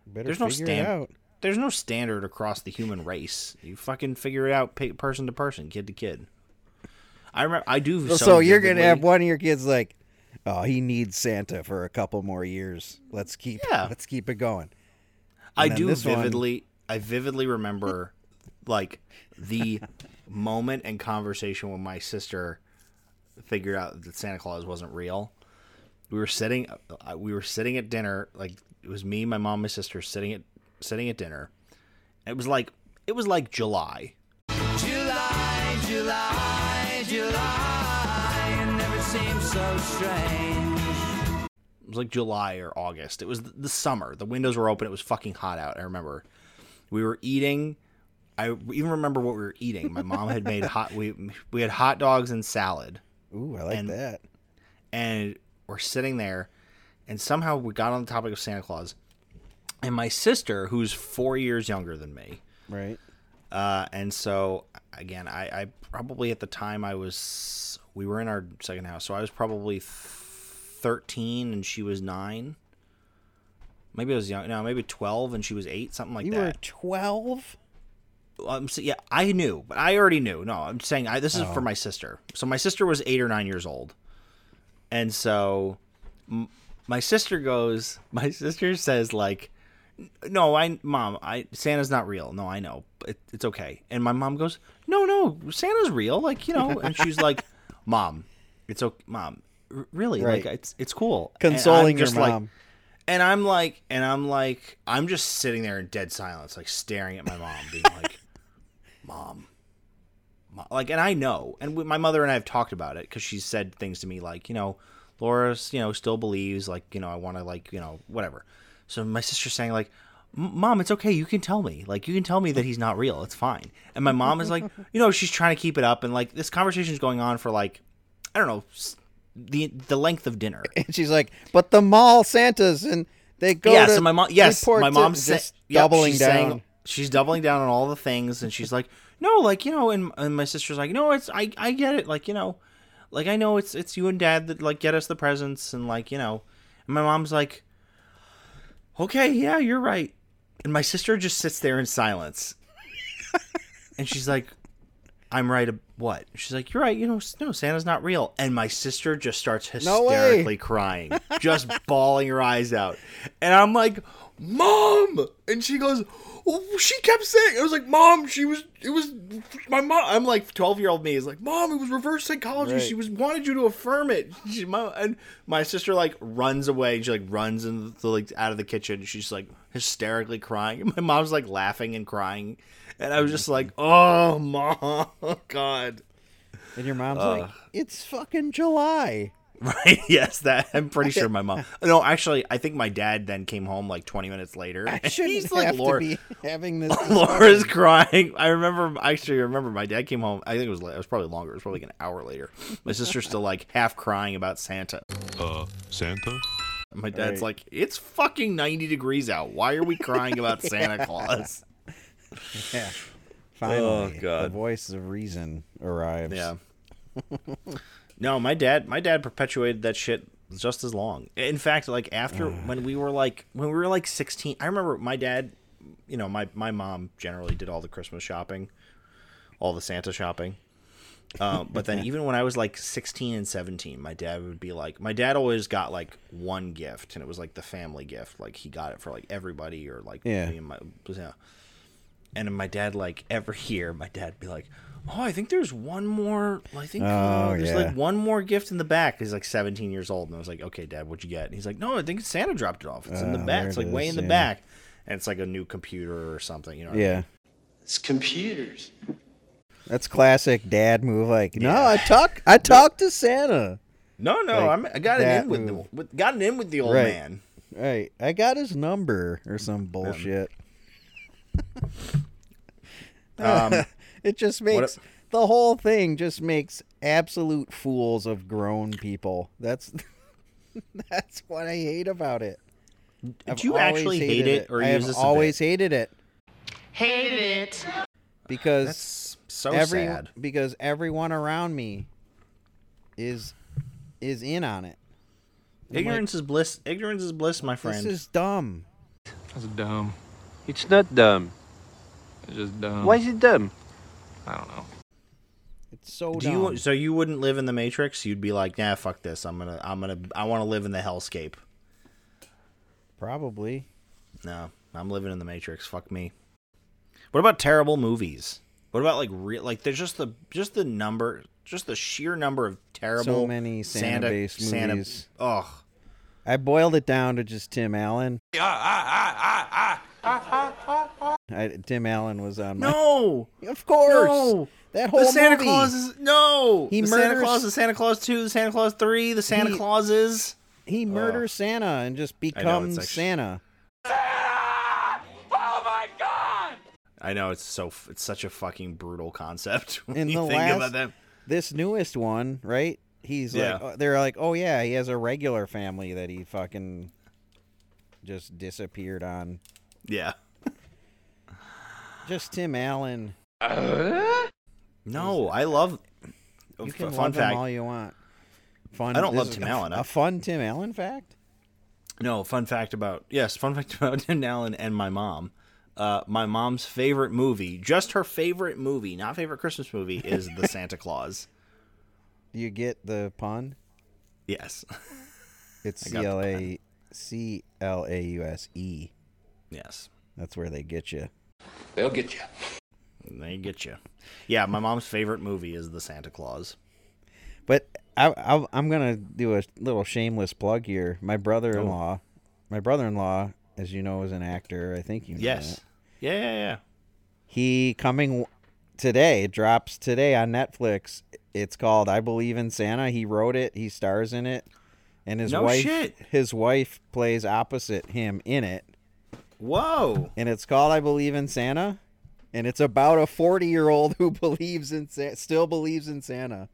Speaker 2: better
Speaker 3: there's no
Speaker 2: figure it
Speaker 3: standard.
Speaker 2: out.
Speaker 3: There's no standard across the human race. You fucking figure it out, pa- person to person, kid to kid. I remember. I do.
Speaker 2: So,
Speaker 3: so
Speaker 2: you're gonna
Speaker 3: vividly-
Speaker 2: have one of your kids like, oh, he needs Santa for a couple more years. Let's keep
Speaker 3: Yeah.
Speaker 2: let's keep it going.
Speaker 3: I
Speaker 2: And then
Speaker 3: do
Speaker 2: this one-
Speaker 3: vividly. I vividly remember, like, the moment and conversation when my sister figured out that Santa Claus wasn't real. We were sitting. I- We were sitting at dinner. Like it was me, my mom, my sister sitting at sitting at dinner. It was like it was like July.
Speaker 20: July, July, July. It never seems so strange.
Speaker 3: it was like July or August. It was th- the summer. The windows were open. It was fucking hot out. I remember. We were eating. I even remember what we were eating. My mom had made hot. We we had hot dogs and salad.
Speaker 2: Ooh, I like that.
Speaker 3: And we're sitting there, and somehow we got on the topic of Santa Claus. And my sister, who's four years younger than me,
Speaker 2: right?
Speaker 3: Uh, and so again, I, I probably at the time I was we were in our second house, so I was probably thirteen and she was nine. Maybe I was young. No, maybe twelve and she was eight, something like
Speaker 2: you
Speaker 3: that.
Speaker 2: were twelve.
Speaker 3: Um, so, yeah, I knew, but I already knew. No, I'm saying I, this is
Speaker 2: Oh.
Speaker 3: for my sister. So my sister was eight or nine years old, and so m- my sister goes. My sister says like, "No, I mom, I Santa's not real. No, I know, but it, it's okay." And my mom goes, "No, no, Santa's real. Like you know." And she's like, "Mom, it's okay, mom." r- Really,
Speaker 2: Right.
Speaker 3: like it's it's cool. And I'm
Speaker 2: Consoling your
Speaker 3: just like-
Speaker 2: mom.
Speaker 3: and I'm like, and I'm like, I'm just sitting there in dead silence, like staring at my mom, being like, "Mom, Mo- like," and I know, and we, my mother and I have talked about it because she said things to me like, you know, Laura, you know, still believes, like, you know, I want to, like, you know, whatever. So my sister's saying like, "M- "Mom, it's okay, you can tell me, like, you can tell me that he's not real, it's fine." And my mom is like, you know, she's trying to keep it up, and like this conversation is going on for like, I don't know, s- the the length of dinner.
Speaker 2: And she's like, but the mall Santas and they go.
Speaker 3: yeah,
Speaker 2: to
Speaker 3: so my mom. Yes,
Speaker 2: report
Speaker 3: my
Speaker 2: to-
Speaker 3: mom's sa-
Speaker 2: just
Speaker 3: yep,
Speaker 2: doubling
Speaker 3: she's
Speaker 2: down.
Speaker 3: saying- she's doubling down on all the things, and she's like, "No, like you know," and, and my sister's like, "No, it's I I get it, like you know, like I know it's it's you and dad that like get us the presents, and like you know," and my mom's like, "Okay, yeah, you're right," and my sister just sits there in silence, and she's like. I'm right. ab- What? She's like, you're right. You know, s- no, Santa's not real. And my sister just starts
Speaker 2: No way.
Speaker 3: hysterically crying, just bawling her eyes out. And I'm like, Mom! And she goes, well, she kept saying, I was like, Mom, she was, it was my mom. I'm like, 12 year old me is like, Mom, it was reverse psychology.
Speaker 2: Right.
Speaker 3: She was wanted you to affirm it. She, my, and my sister, like, runs away. She, like, runs in the, like, out of the kitchen. She's, like, hysterically crying. And my mom's, like, laughing and crying. And I was just like, Oh, Mom, God.
Speaker 2: And your mom's
Speaker 3: Ugh.
Speaker 2: like, it's fucking July.
Speaker 3: Right. Yes, that I'm pretty sure my mom. No, actually, I think my dad then came home like 20 minutes later.
Speaker 2: I
Speaker 3: and
Speaker 2: shouldn't
Speaker 3: he's
Speaker 2: have
Speaker 3: like, Laura,
Speaker 2: to be having this.
Speaker 3: Laura's crying. I remember. I Actually, remember my dad came home. I think it was. la- It was probably longer. It was probably like an hour later. My sister's still like half crying about Santa.
Speaker 15: Uh, Santa?
Speaker 3: My dad's
Speaker 15: Right.
Speaker 3: like, "It's fucking 90 degrees out. Why are we crying about Santa Claus?"
Speaker 2: Yeah. Finally, the
Speaker 3: Oh, God.
Speaker 2: voice of reason arrives.
Speaker 3: Yeah. No, my dad, my dad perpetuated that shit just as long. In fact, like after when we were like when we were like 16, I remember my dad, you know, my my mom generally did all the Christmas shopping, all the Santa shopping. Um, but then even when I was like 16 and 17, my dad would be like my dad always got like one gift and it was like the family gift, like he got it for like everybody or like
Speaker 2: Yeah.
Speaker 3: me and my yeah. And my dad like every year my dad'd be like, "Oh, I think there's one more, I think uh,
Speaker 2: Oh,
Speaker 3: there's
Speaker 2: yeah.
Speaker 3: like one more gift in the back. He's like 17 years old, and I was like, okay, Dad, what'd you get? And he's like, no, I think Santa dropped it off. It's in the
Speaker 2: Ah,
Speaker 3: back.
Speaker 2: there
Speaker 3: It's
Speaker 2: it
Speaker 3: like way
Speaker 2: is,
Speaker 3: in the
Speaker 2: yeah.
Speaker 3: back, and it's like a new computer or something. You know? what I
Speaker 2: Yeah.
Speaker 20: It's computers.
Speaker 2: That's classic dad move. Like, no, I talk, I talk to Santa.
Speaker 3: No, no,
Speaker 2: Like,
Speaker 3: I'm, I got it
Speaker 2: that
Speaker 3: in with the
Speaker 2: move.
Speaker 3: with, got it in with the old
Speaker 2: right.
Speaker 3: man.
Speaker 2: Right. I got his number or some bullshit.
Speaker 3: Um,
Speaker 2: it just
Speaker 3: what
Speaker 2: makes the whole thing just makes absolute fools of grown people. That's that's what I hate about it. I've
Speaker 3: you
Speaker 2: always
Speaker 3: actually hate
Speaker 2: hated
Speaker 3: it, or
Speaker 2: I
Speaker 3: you
Speaker 2: have
Speaker 3: just a bit?
Speaker 2: always hated it
Speaker 20: Hated it.
Speaker 2: because
Speaker 3: That's so
Speaker 2: every-
Speaker 3: sad.
Speaker 2: Because everyone around me is is in on it. I'm like,
Speaker 3: Ignorance is bliss. Ignorance is bliss, my friend.
Speaker 2: this is dumb.
Speaker 12: That's dumb. It's not dumb. It's just dumb.
Speaker 2: Why
Speaker 12: is it dumb? I don't know.
Speaker 2: It's so
Speaker 3: Do
Speaker 2: dumb.
Speaker 3: you so you wouldn't live in the Matrix? You'd be like, nah, fuck this. I'm gonna, I'm gonna, I want to live in the hellscape.
Speaker 2: Probably.
Speaker 3: No, I'm living in the Matrix. Fuck me. What about terrible movies? What about like real? Like there's just the just the number, just the sheer number of terrible.
Speaker 2: so many Santa-based movies.
Speaker 3: Ugh.
Speaker 2: I boiled it down to just Tim Allen. I, Tim Allen was on my.
Speaker 3: No,
Speaker 2: of course.
Speaker 3: No!
Speaker 2: That
Speaker 3: the
Speaker 2: whole
Speaker 3: Santa
Speaker 2: movie.
Speaker 3: Claus is no.
Speaker 2: He
Speaker 3: the Santa
Speaker 2: murders-
Speaker 3: Claus, the Santa Claus two, the Santa Claus three, the Santa
Speaker 2: He-
Speaker 3: Clauses.
Speaker 2: He murders Santa and just becomes
Speaker 3: actually-
Speaker 2: Santa.
Speaker 3: I know it's so f- it's such a fucking brutal concept when
Speaker 2: In
Speaker 3: you
Speaker 2: the
Speaker 3: think
Speaker 2: last,
Speaker 3: about that.
Speaker 2: this newest one, right? He's
Speaker 3: Yeah.
Speaker 2: like, oh, they're like, oh yeah, he has a regular family that he fucking just disappeared on.
Speaker 3: Yeah.
Speaker 2: Just Tim Allen.
Speaker 3: No, I love. oh,
Speaker 2: You
Speaker 3: f-
Speaker 2: can
Speaker 3: fun
Speaker 2: love
Speaker 3: fact.
Speaker 2: him all you want. Fun.
Speaker 3: I don't
Speaker 2: this
Speaker 3: love
Speaker 2: is
Speaker 3: Tim
Speaker 2: a-
Speaker 3: Allen. I-
Speaker 2: A fun Tim Allen fact.
Speaker 3: No, fun fact about yes, fun fact about Tim Allen and my mom. Uh, my mom's favorite movie, just her favorite movie, not favorite Christmas movie, is The Santa Claus.
Speaker 2: Do you get the pun?
Speaker 3: Yes,
Speaker 2: It's
Speaker 3: I
Speaker 2: C
Speaker 3: got the
Speaker 2: L A C L A U S E.
Speaker 3: yes,
Speaker 2: That's where they get you.
Speaker 3: they'll get you. They get you. Yeah, my mom's favorite movie is The Santa Claus.
Speaker 2: But I, I, I'm gonna do a little shameless plug here. My brother-in-law,
Speaker 3: Oh.
Speaker 2: my brother-in-law, as you know, is an actor. I think you know.
Speaker 3: Yes.
Speaker 2: that.
Speaker 3: Yeah, yeah, yeah.
Speaker 2: He coming today drops today on Netflix. It's called I Believe in Santa. He wrote it. He stars in it, and his
Speaker 3: No
Speaker 2: wife
Speaker 3: shit.
Speaker 2: his wife plays opposite him in it.
Speaker 3: Whoa.
Speaker 2: And it's called I Believe in Santa, and it's about a 40 year old who believes in Sa- still believes in Santa.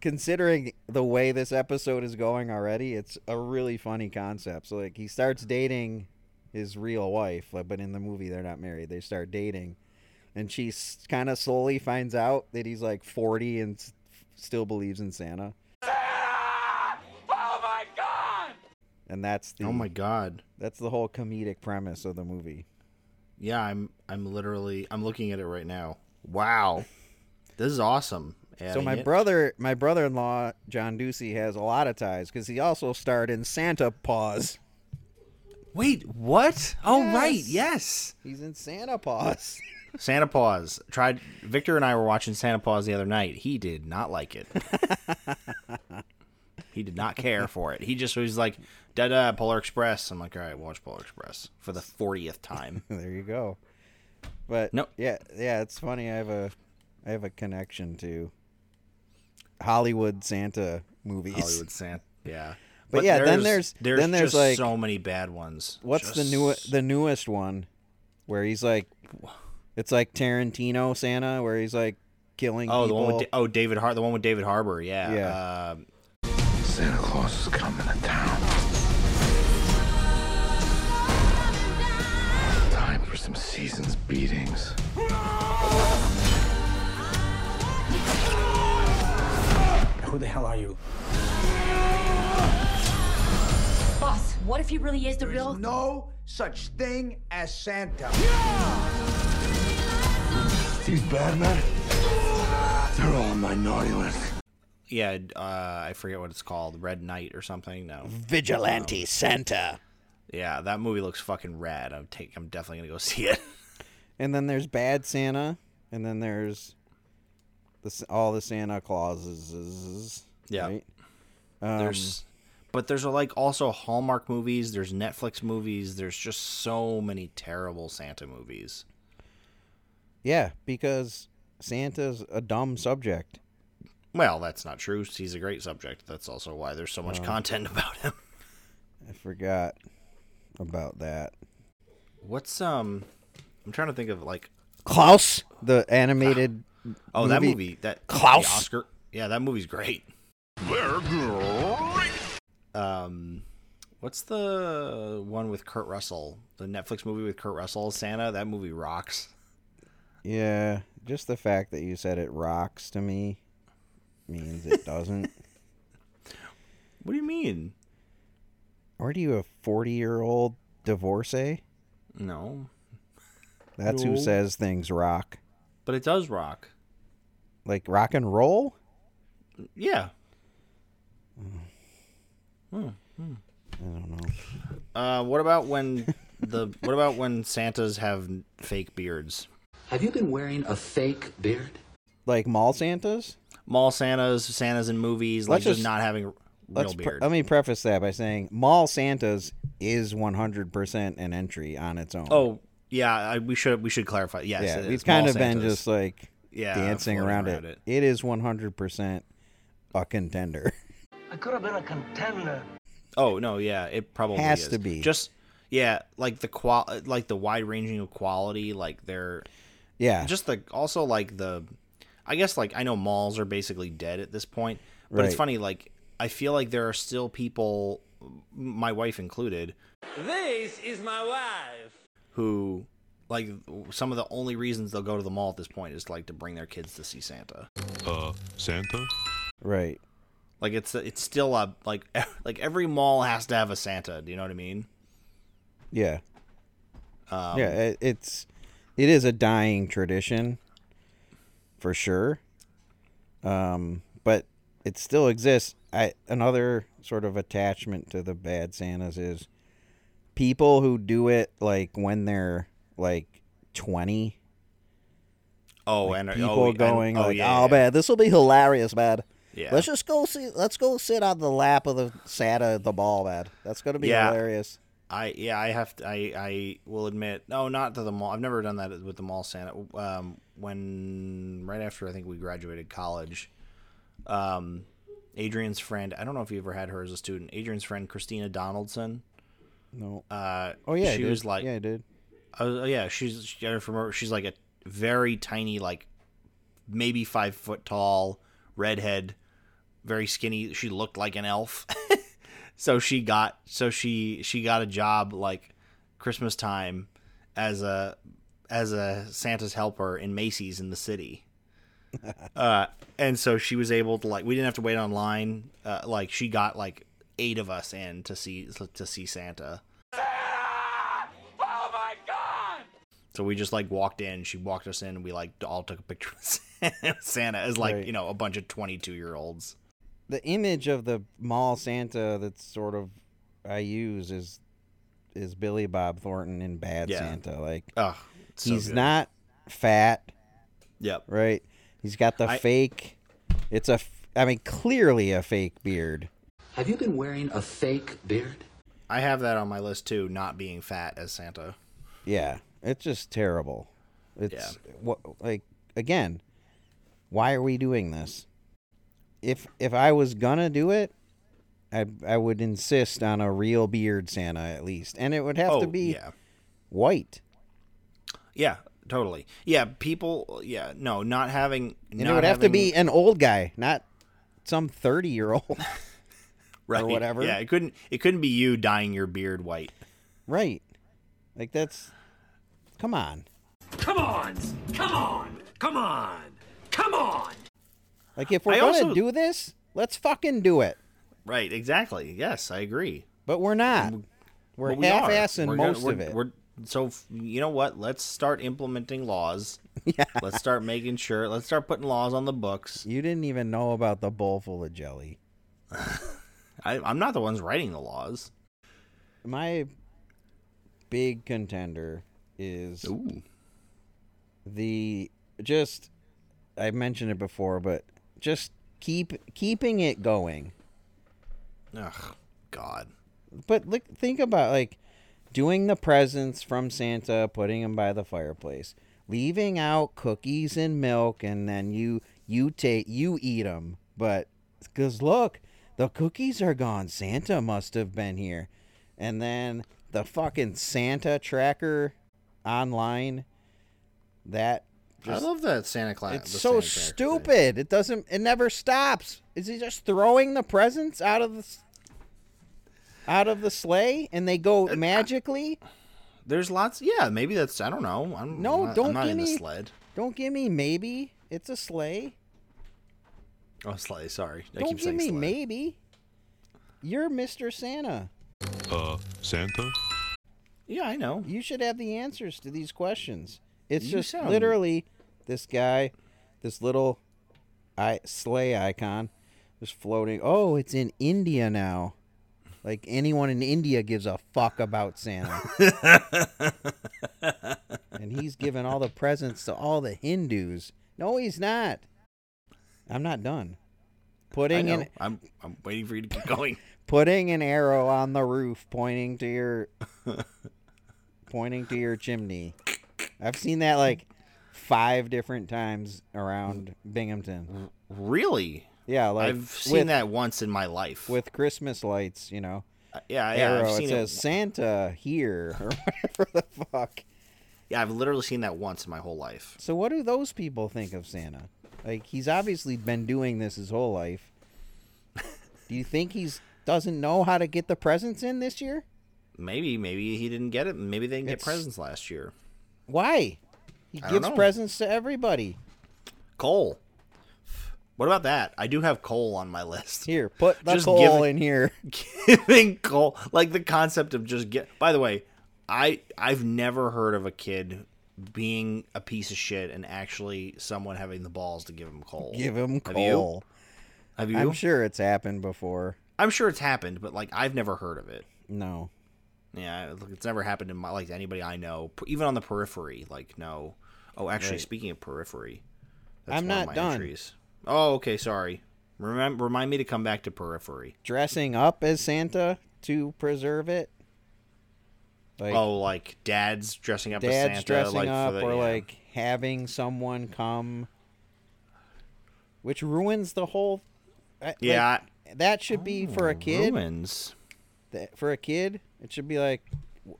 Speaker 2: Considering the way this episode is going already, it's a really funny concept. So like he starts dating his real wife, like, but in the movie they're not married. They start dating, and she kind of slowly finds out that he's like 40 and s- still believes in Santa. And that's the
Speaker 3: Oh my god.
Speaker 2: that's the whole comedic premise of the movie.
Speaker 3: Yeah, I'm I'm literally I'm looking at it right now. Wow. This is awesome.
Speaker 2: so
Speaker 3: Adding
Speaker 2: my
Speaker 3: it.
Speaker 2: brother, my brother-in-law John Ducey has a lot of ties because he also starred in Santa Paws.
Speaker 3: Wait, what? Oh right,
Speaker 2: Yes.
Speaker 3: yes.
Speaker 2: He's in Santa Paws.
Speaker 3: Santa Paws. Tried Victor and I were watching Santa Paws the other night. He did not like it. he did not care for it. He just was like, da da, Polar Express. I'm like, all right, watch Polar Express for the fortieth time.
Speaker 2: there you go. But
Speaker 3: No.
Speaker 2: yeah, yeah, it's funny. I have a, I have a connection to Hollywood Santa movies.
Speaker 3: Hollywood Santa. Yeah.
Speaker 2: But yeah, then there's- then there's,
Speaker 3: just
Speaker 2: like-
Speaker 3: so many bad ones.
Speaker 2: What's the
Speaker 3: Just-
Speaker 2: new the newest one, where he's like, it's like Tarantino Santa, where he's like killing
Speaker 3: Oh, the
Speaker 2: people.
Speaker 3: one with Da- oh David Har the one with David Harbor. Yeah.
Speaker 2: Yeah.
Speaker 3: Uh,
Speaker 5: Santa Claus is coming to town. Time for some season's beatings.
Speaker 19: Who the hell are you?
Speaker 6: Boss, what if he really is the real?
Speaker 19: No such thing as Santa.
Speaker 5: These bad men, they're all on my naughty list.
Speaker 3: yeah. Uh, I forget what it's called. Red Knight or something. No.
Speaker 2: Vigilante Santa.
Speaker 3: Yeah, that movie looks fucking rad. I'm take. I'm definitely gonna go see it.
Speaker 2: And then there's Bad Santa, and then there's the s- all the Santa Clauses.
Speaker 3: Yeah.
Speaker 2: right? Um,
Speaker 3: there's, but there's like also Hallmark movies. There's Netflix movies. There's just so many terrible Santa movies.
Speaker 2: yeah, because Santa's a dumb subject.
Speaker 3: Well, that's not true. He's a great subject. That's also why there's so much
Speaker 2: Well.
Speaker 3: content about him.
Speaker 2: I forgot about that.
Speaker 3: What's um? I'm trying to think of like
Speaker 2: Klaus, the animated.
Speaker 3: Oh, that movie, that
Speaker 2: Klaus.
Speaker 3: the Oscar. Yeah, that movie's great.
Speaker 4: They're great.
Speaker 3: Um, what's the one with Kurt Russell? The Netflix movie with Kurt Russell, Santa. That movie rocks.
Speaker 2: Yeah, just the fact that you said it rocks to me means it doesn't.
Speaker 3: What do you mean?
Speaker 2: Aren't you a forty-year-old divorcee?
Speaker 3: No,
Speaker 2: That's who
Speaker 3: No.
Speaker 2: says things rock,
Speaker 3: but it does rock.
Speaker 2: like rock and roll.
Speaker 3: Yeah. Hmm.
Speaker 2: I don't know.
Speaker 3: Uh, what about when the what about when Santas have fake beards?
Speaker 7: Have you been wearing a fake beard?
Speaker 2: Like mall Santas.
Speaker 3: Mall Santas, Santas in movies, like
Speaker 2: Let's
Speaker 3: just,
Speaker 2: just-
Speaker 3: not having real
Speaker 2: Let's pre-
Speaker 3: beard.
Speaker 2: let me preface that by saying mall Santas is one hundred percent an entry on its own.
Speaker 3: oh yeah, I, we should we should clarify. Yes,
Speaker 2: yeah,
Speaker 3: it
Speaker 2: we've
Speaker 3: is
Speaker 2: kind
Speaker 3: Mall
Speaker 2: of been
Speaker 3: Santas.
Speaker 2: just like
Speaker 3: Yeah,
Speaker 2: dancing
Speaker 3: floating
Speaker 2: around,
Speaker 3: around
Speaker 2: it.
Speaker 3: it.
Speaker 2: It is one hundred percent a contender.
Speaker 19: I could have been a contender.
Speaker 3: Oh no, yeah, it probably
Speaker 2: Has
Speaker 3: is.
Speaker 2: to be.
Speaker 3: just yeah, like the qual, like the wide ranging of quality, like they're
Speaker 2: Yeah.
Speaker 3: just the also like the, I guess like I know malls are basically dead at this point, but it's
Speaker 2: Right.
Speaker 3: funny like I feel like there are still people, m- my wife included,
Speaker 20: This is my wife.
Speaker 3: who like some of the only reasons they'll go to the mall at this point is like to bring their kids to see Santa.
Speaker 15: Uh, Santa?
Speaker 2: Right.
Speaker 3: Like it's it's still a like like every mall has to have a Santa. Do you know what I mean?
Speaker 2: Yeah.
Speaker 3: Um,
Speaker 2: yeah. It, it's it is a dying tradition, for sure. Um, but it still exists. I another sort of attachment to the bad Santas is people who do it like when they're like twenty.
Speaker 3: Oh,
Speaker 2: Like,
Speaker 3: and
Speaker 2: people
Speaker 3: oh, and-
Speaker 2: going
Speaker 3: oh,
Speaker 2: like,
Speaker 3: yeah,
Speaker 2: "Oh
Speaker 3: yeah.
Speaker 2: man, this will be hilarious, man."
Speaker 3: Yeah.
Speaker 2: Let's just go see. Let's go sit on the lap of the Santa at the ball, man. That's gonna be
Speaker 3: Yeah.
Speaker 2: hilarious.
Speaker 3: I yeah, I have to. I I will admit, no, not to the mall. I've never done that with the mall Santa. Um, when right after I think we graduated college, um, Adrian's friend. I don't know if you ever had her as a student. Adrian's friend, Christina Donaldson.
Speaker 2: No.
Speaker 3: Uh,
Speaker 2: Oh yeah, I
Speaker 3: she
Speaker 2: did.
Speaker 3: was like,
Speaker 2: yeah, I did.
Speaker 3: Oh oh, yeah, she's she, I remember she's like a very tiny, like maybe five foot tall redhead, very skinny. She looked like an elf. so she got so she she got a job like Christmas time as a as a Santa's helper in Macy's in the city. uh, and so she was able to like we didn't have to wait online. Uh, like she got like eight of us in to see to see Santa.
Speaker 20: Oh my god!
Speaker 3: So we just like walked in. She walked us in. And we like all took a picture of Santa as like
Speaker 2: Right.
Speaker 3: you know a bunch of twenty two year olds.
Speaker 2: the image of the mall Santa that's sort of I use is is Billy Bob Thornton in Bad
Speaker 3: Yeah.
Speaker 2: Santa. Like
Speaker 3: Ugh, it's so
Speaker 2: he's
Speaker 3: good.
Speaker 2: not fat,
Speaker 3: Yep.
Speaker 2: right? He's got the
Speaker 3: I-
Speaker 2: fake. It's a f- I mean clearly a fake beard.
Speaker 7: Have you been wearing a fake beard?
Speaker 3: I have that on my list too. Not being fat as Santa.
Speaker 2: Yeah, it's just terrible. It's what like again, why are we doing this? If if I was gonna do it, I I would insist on a real beard Santa at least, and it would have to
Speaker 3: Oh,
Speaker 2: be
Speaker 3: yeah.
Speaker 2: white.
Speaker 3: Yeah, totally. Yeah, people. Yeah, no, not having.
Speaker 2: And
Speaker 3: not
Speaker 2: it would have to
Speaker 3: having-
Speaker 2: be an old guy, not some thirty year old.
Speaker 3: right,
Speaker 2: whatever.
Speaker 3: Yeah, it couldn't. It couldn't be you dyeing your beard white.
Speaker 2: right. Like that's come on.
Speaker 20: Come on! Come on! Come on! Come on!
Speaker 2: Like if we're
Speaker 3: I
Speaker 2: gonna
Speaker 3: also-
Speaker 2: do this, let's fucking do it.
Speaker 3: Right. Exactly. Yes, I agree.
Speaker 2: But we're not. We're
Speaker 3: But we are.
Speaker 2: half-assing
Speaker 3: We're gonna-
Speaker 2: most
Speaker 3: we're-
Speaker 2: of it.
Speaker 3: We're so f- you know what? Let's start implementing laws.
Speaker 2: Yeah.
Speaker 3: Let's start making sure. Let's start putting laws on the books.
Speaker 2: You didn't even know about the bowl full of jelly.
Speaker 3: I, I'm not the ones writing the laws.
Speaker 2: My big contender is
Speaker 3: Ooh.
Speaker 2: the just I mentioned it before, but just keep keeping it going.
Speaker 3: Ugh, God.
Speaker 2: But look, think about like doing the presents from Santa, putting them by the fireplace, leaving out cookies and milk, and then you you take you eat them. But because look, the cookies are gone. Santa must have been here, and then the fucking Santa tracker online That just,
Speaker 3: I love that Santa Claus.
Speaker 2: it's so stupid. It doesn't. It never stops. Is he just throwing the presents out of the s- out of the sleigh and they
Speaker 3: Uh,
Speaker 2: go magically?
Speaker 3: There's lots. Yeah, maybe that's. I don't know. I'm,
Speaker 2: No,
Speaker 3: I'm not,
Speaker 2: don't
Speaker 3: I'm not
Speaker 2: give
Speaker 3: in
Speaker 2: me-
Speaker 3: the sled.
Speaker 2: Don't give me maybe. It's a sleigh.
Speaker 3: Oh, sleigh. Sorry, I
Speaker 2: Don't
Speaker 3: keep
Speaker 2: give
Speaker 3: saying
Speaker 2: me
Speaker 3: sled.
Speaker 2: maybe. You're Mr. Santa.
Speaker 15: Uh, Santa?
Speaker 3: Yeah, I know.
Speaker 2: You should have the answers to these questions. It's
Speaker 3: You
Speaker 2: just
Speaker 3: sound-
Speaker 2: literally this guy, this little I sleigh icon, just floating. Oh, it's in India now. Like anyone in India gives a fuck about Santa. and he's giving all the presents to all the Hindus. No, he's not. I'm not done.
Speaker 3: I
Speaker 2: Putting
Speaker 3: know.
Speaker 2: an
Speaker 3: I'm I'm waiting for you to keep going.
Speaker 2: putting an arrow on the roof pointing to your pointing to your chimney. I've seen that like five different times around Binghamton.
Speaker 3: really?
Speaker 2: Yeah, like
Speaker 3: I've seen
Speaker 2: with,
Speaker 3: that once in my life. Uh,
Speaker 2: with Christmas lights, you know.
Speaker 3: yeah, yeah,
Speaker 2: arrow
Speaker 3: I've seen
Speaker 2: it
Speaker 3: it.
Speaker 2: says Santa here or whatever the fuck.
Speaker 3: Yeah, I've literally seen that once in my whole life.
Speaker 2: So what do those people think of Santa? Like he's obviously been doing this his whole life. Do you think he's doesn't know how to get the presents in this year?
Speaker 3: Maybe, maybe he didn't get it. Maybe they didn't
Speaker 2: It's-
Speaker 3: get presents last year.
Speaker 2: Why? He
Speaker 3: I don't
Speaker 2: gives
Speaker 3: know.
Speaker 2: presents to everybody.
Speaker 3: Coal. What about that? I do have coal on my list.
Speaker 2: Here, put the
Speaker 3: Just
Speaker 2: coal
Speaker 3: give it-
Speaker 2: in here.
Speaker 3: Giving coal, like the concept of just get. By the way, I I've never heard of a kid being a piece of shit and actually someone having the balls to give him coal.
Speaker 2: Give him
Speaker 3: Have you?
Speaker 2: coal.
Speaker 3: Have you?
Speaker 2: I'm sure it's happened before.
Speaker 3: I'm sure it's happened, but like I've never heard of it.
Speaker 2: No.
Speaker 3: Yeah, look, it's never happened in my like to anybody I know, p- even on the periphery. Like no. Oh, actually,
Speaker 2: Right.
Speaker 3: speaking of periphery,
Speaker 2: I'm not done.
Speaker 3: Oh, okay, sorry. Remember, remind me to come back to periphery.
Speaker 2: Dressing up as Santa to preserve it. Like
Speaker 3: oh, like dad's dressing up as
Speaker 2: dad's
Speaker 3: Santa,
Speaker 2: dressing
Speaker 3: like
Speaker 2: up
Speaker 3: for the,
Speaker 2: or
Speaker 3: yeah.
Speaker 2: like having someone come which ruins the whole I- like,
Speaker 3: Yeah,
Speaker 2: that should be for a
Speaker 3: Oh,
Speaker 2: kid.
Speaker 3: Ruins.
Speaker 2: That, for a kid, it should be like w-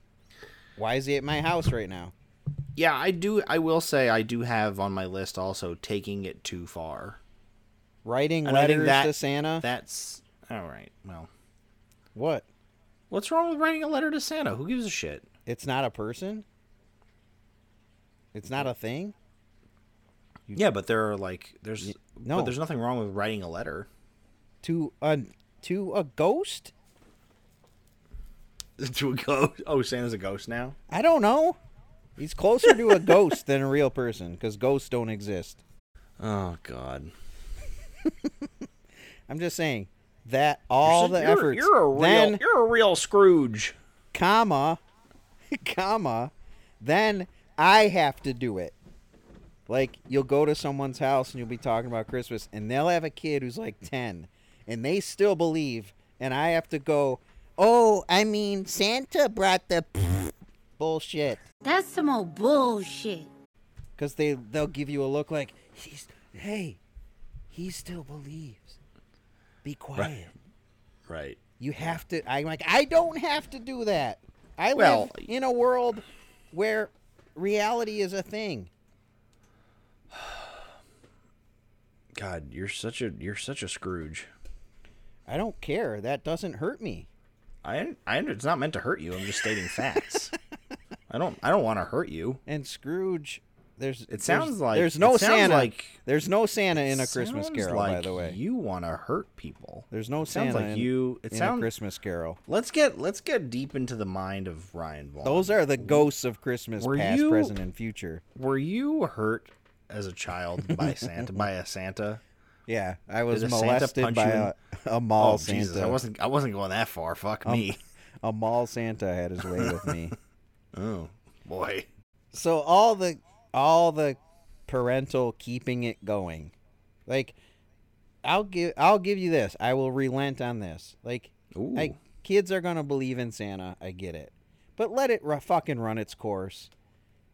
Speaker 2: why is he at my house right now?
Speaker 3: Yeah, I do. I will say I do have on my list also taking it too far.
Speaker 2: Writing
Speaker 3: And I think
Speaker 2: letters
Speaker 3: that-
Speaker 2: to Santa?
Speaker 3: That's all right. Well,
Speaker 2: What?
Speaker 3: what's wrong with writing a letter to Santa? Who gives a shit?
Speaker 2: It's not a person? It's not a thing?
Speaker 3: yeah, but there are like there's
Speaker 2: no.
Speaker 3: but there's nothing wrong with writing a letter.
Speaker 2: To a to a ghost?
Speaker 3: to a ghost. Oh, Santa's a ghost now.
Speaker 2: I don't know. He's closer to a ghost than a real person because ghosts don't exist.
Speaker 3: Oh God.
Speaker 2: I'm just saying that all the efforts.
Speaker 3: You're a real.
Speaker 2: then,
Speaker 3: you're a real Scrooge.
Speaker 2: comma, comma, then I have to do it. Like you'll go to someone's house and you'll be talking about Christmas, and they'll have a kid who's like ten, and they still believe, and I have to go. Oh, I mean, Santa brought the bullshit.
Speaker 21: That's some old bullshit.
Speaker 2: Because they they'll give you a look like he's hey, he still believes. Be quiet.
Speaker 3: Right.
Speaker 2: You have to. I'm like I don't have to do that. I
Speaker 3: Well-
Speaker 2: live in a world where reality is a thing.
Speaker 3: God, you're such a you're such a Scrooge.
Speaker 2: I don't care. That doesn't hurt me.
Speaker 3: I I it's not meant to hurt you. I'm just stating facts. I don't I don't want to hurt you.
Speaker 2: And Scrooge, there's
Speaker 3: It sounds like
Speaker 2: there's no
Speaker 3: it sounds
Speaker 2: Santa.
Speaker 3: Like
Speaker 2: there's no Santa in a
Speaker 3: it
Speaker 2: Christmas
Speaker 3: sounds
Speaker 2: Carol, by
Speaker 3: like
Speaker 2: the way.
Speaker 3: you want to hurt people.
Speaker 2: There's no
Speaker 3: it
Speaker 2: Santa
Speaker 3: sounds like
Speaker 2: in,
Speaker 3: you. It
Speaker 2: in a
Speaker 3: sounds.
Speaker 2: Christmas Carol.
Speaker 3: let's get let's get deep into the mind of Ryan Vaughn.
Speaker 2: Those are the ghosts of Christmas,
Speaker 3: Were
Speaker 2: past,
Speaker 3: you-
Speaker 2: present, and future.
Speaker 3: Were you hurt as a child by Santa by a Santa?
Speaker 2: Yeah, I was
Speaker 3: Did a Santa
Speaker 2: molested
Speaker 3: punch
Speaker 2: by
Speaker 3: you
Speaker 2: a,
Speaker 3: in-
Speaker 2: a mall
Speaker 3: oh,
Speaker 2: Santa.
Speaker 3: Jesus, I wasn't I wasn't going that far. Fuck
Speaker 2: Um,
Speaker 3: me.
Speaker 2: A mall Santa had his way with me.
Speaker 3: Oh boy.
Speaker 2: so all the all the parental keeping it going like i'll give i'll give you this i will relent on this like
Speaker 3: Ooh.
Speaker 2: I, kids are gonna believe in santa i get it but let it ru- fucking run its course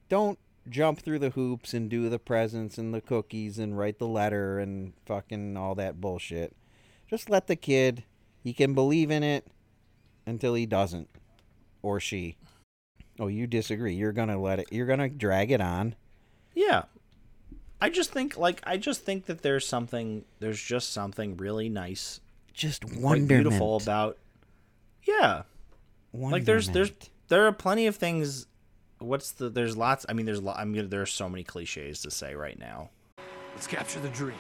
Speaker 2: don't jump through the hoops and do the presents and the cookies and write the letter and fucking all that bullshit just let the kid he can believe in it until he doesn't or she Oh, you disagree. You're gonna let it. You're gonna drag it on
Speaker 3: Yeah. I just think like I just think that there's something there's just something really nice
Speaker 2: just
Speaker 3: quite beautiful
Speaker 2: wonderment.
Speaker 3: about Yeah. Like there's there's there are plenty of things what's the there's lots I mean there's lo- I'm gonna there are so many cliches to say right now.
Speaker 19: Let's capture the dream.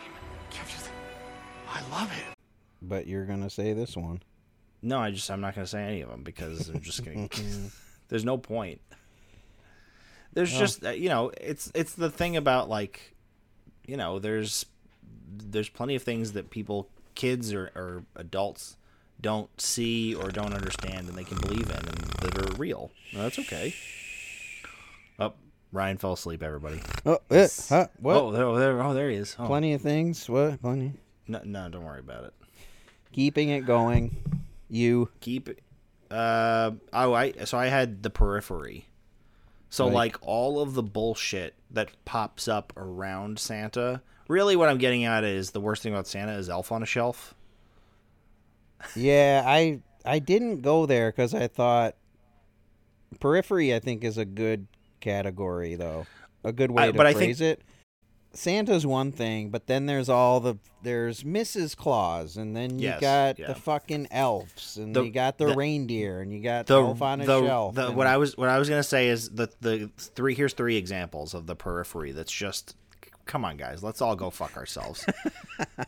Speaker 19: Capture the. I love it.
Speaker 2: But you're gonna say this one.
Speaker 3: No, I just I'm not gonna say any of them because I'm just gonna. there's no point. There's
Speaker 8: Yeah.
Speaker 3: just uh, you know it's it's the thing about like, you know there's there's plenty of things that people kids or, or adults don't see or don't understand and they can believe in and that are real. And that's okay. Oh, Ryan fell asleep. Everybody.
Speaker 2: Oh, eh, huh, what?
Speaker 3: Oh, there, oh, there, oh, there he is. Oh.
Speaker 2: Plenty of things. What? Plenty.
Speaker 3: No, no, don't worry about it.
Speaker 2: Keeping it going. You.
Speaker 3: keep uh oh i so i had the periphery so
Speaker 2: Right.
Speaker 3: like all of the bullshit that pops up around santa really what i'm getting at is the worst thing about santa is elf on a shelf
Speaker 2: Yeah, I I didn't go there because I thought periphery. I think is a good category though, a good way
Speaker 3: I-
Speaker 2: to
Speaker 3: but I think-
Speaker 2: phrase it. Santa's one thing, but then there's all the there's Mrs. Claus, and then you
Speaker 3: Yes,
Speaker 2: got
Speaker 3: yeah.
Speaker 2: the fucking elves, and
Speaker 3: The-
Speaker 2: you got the,
Speaker 3: the-
Speaker 2: reindeer, and you got
Speaker 3: the,
Speaker 2: elf on a
Speaker 3: the-
Speaker 2: shelf.
Speaker 3: the-
Speaker 2: and-
Speaker 3: what i was what i was gonna say is the the three here's three examples of the periphery that's just come on guys let's all go fuck ourselves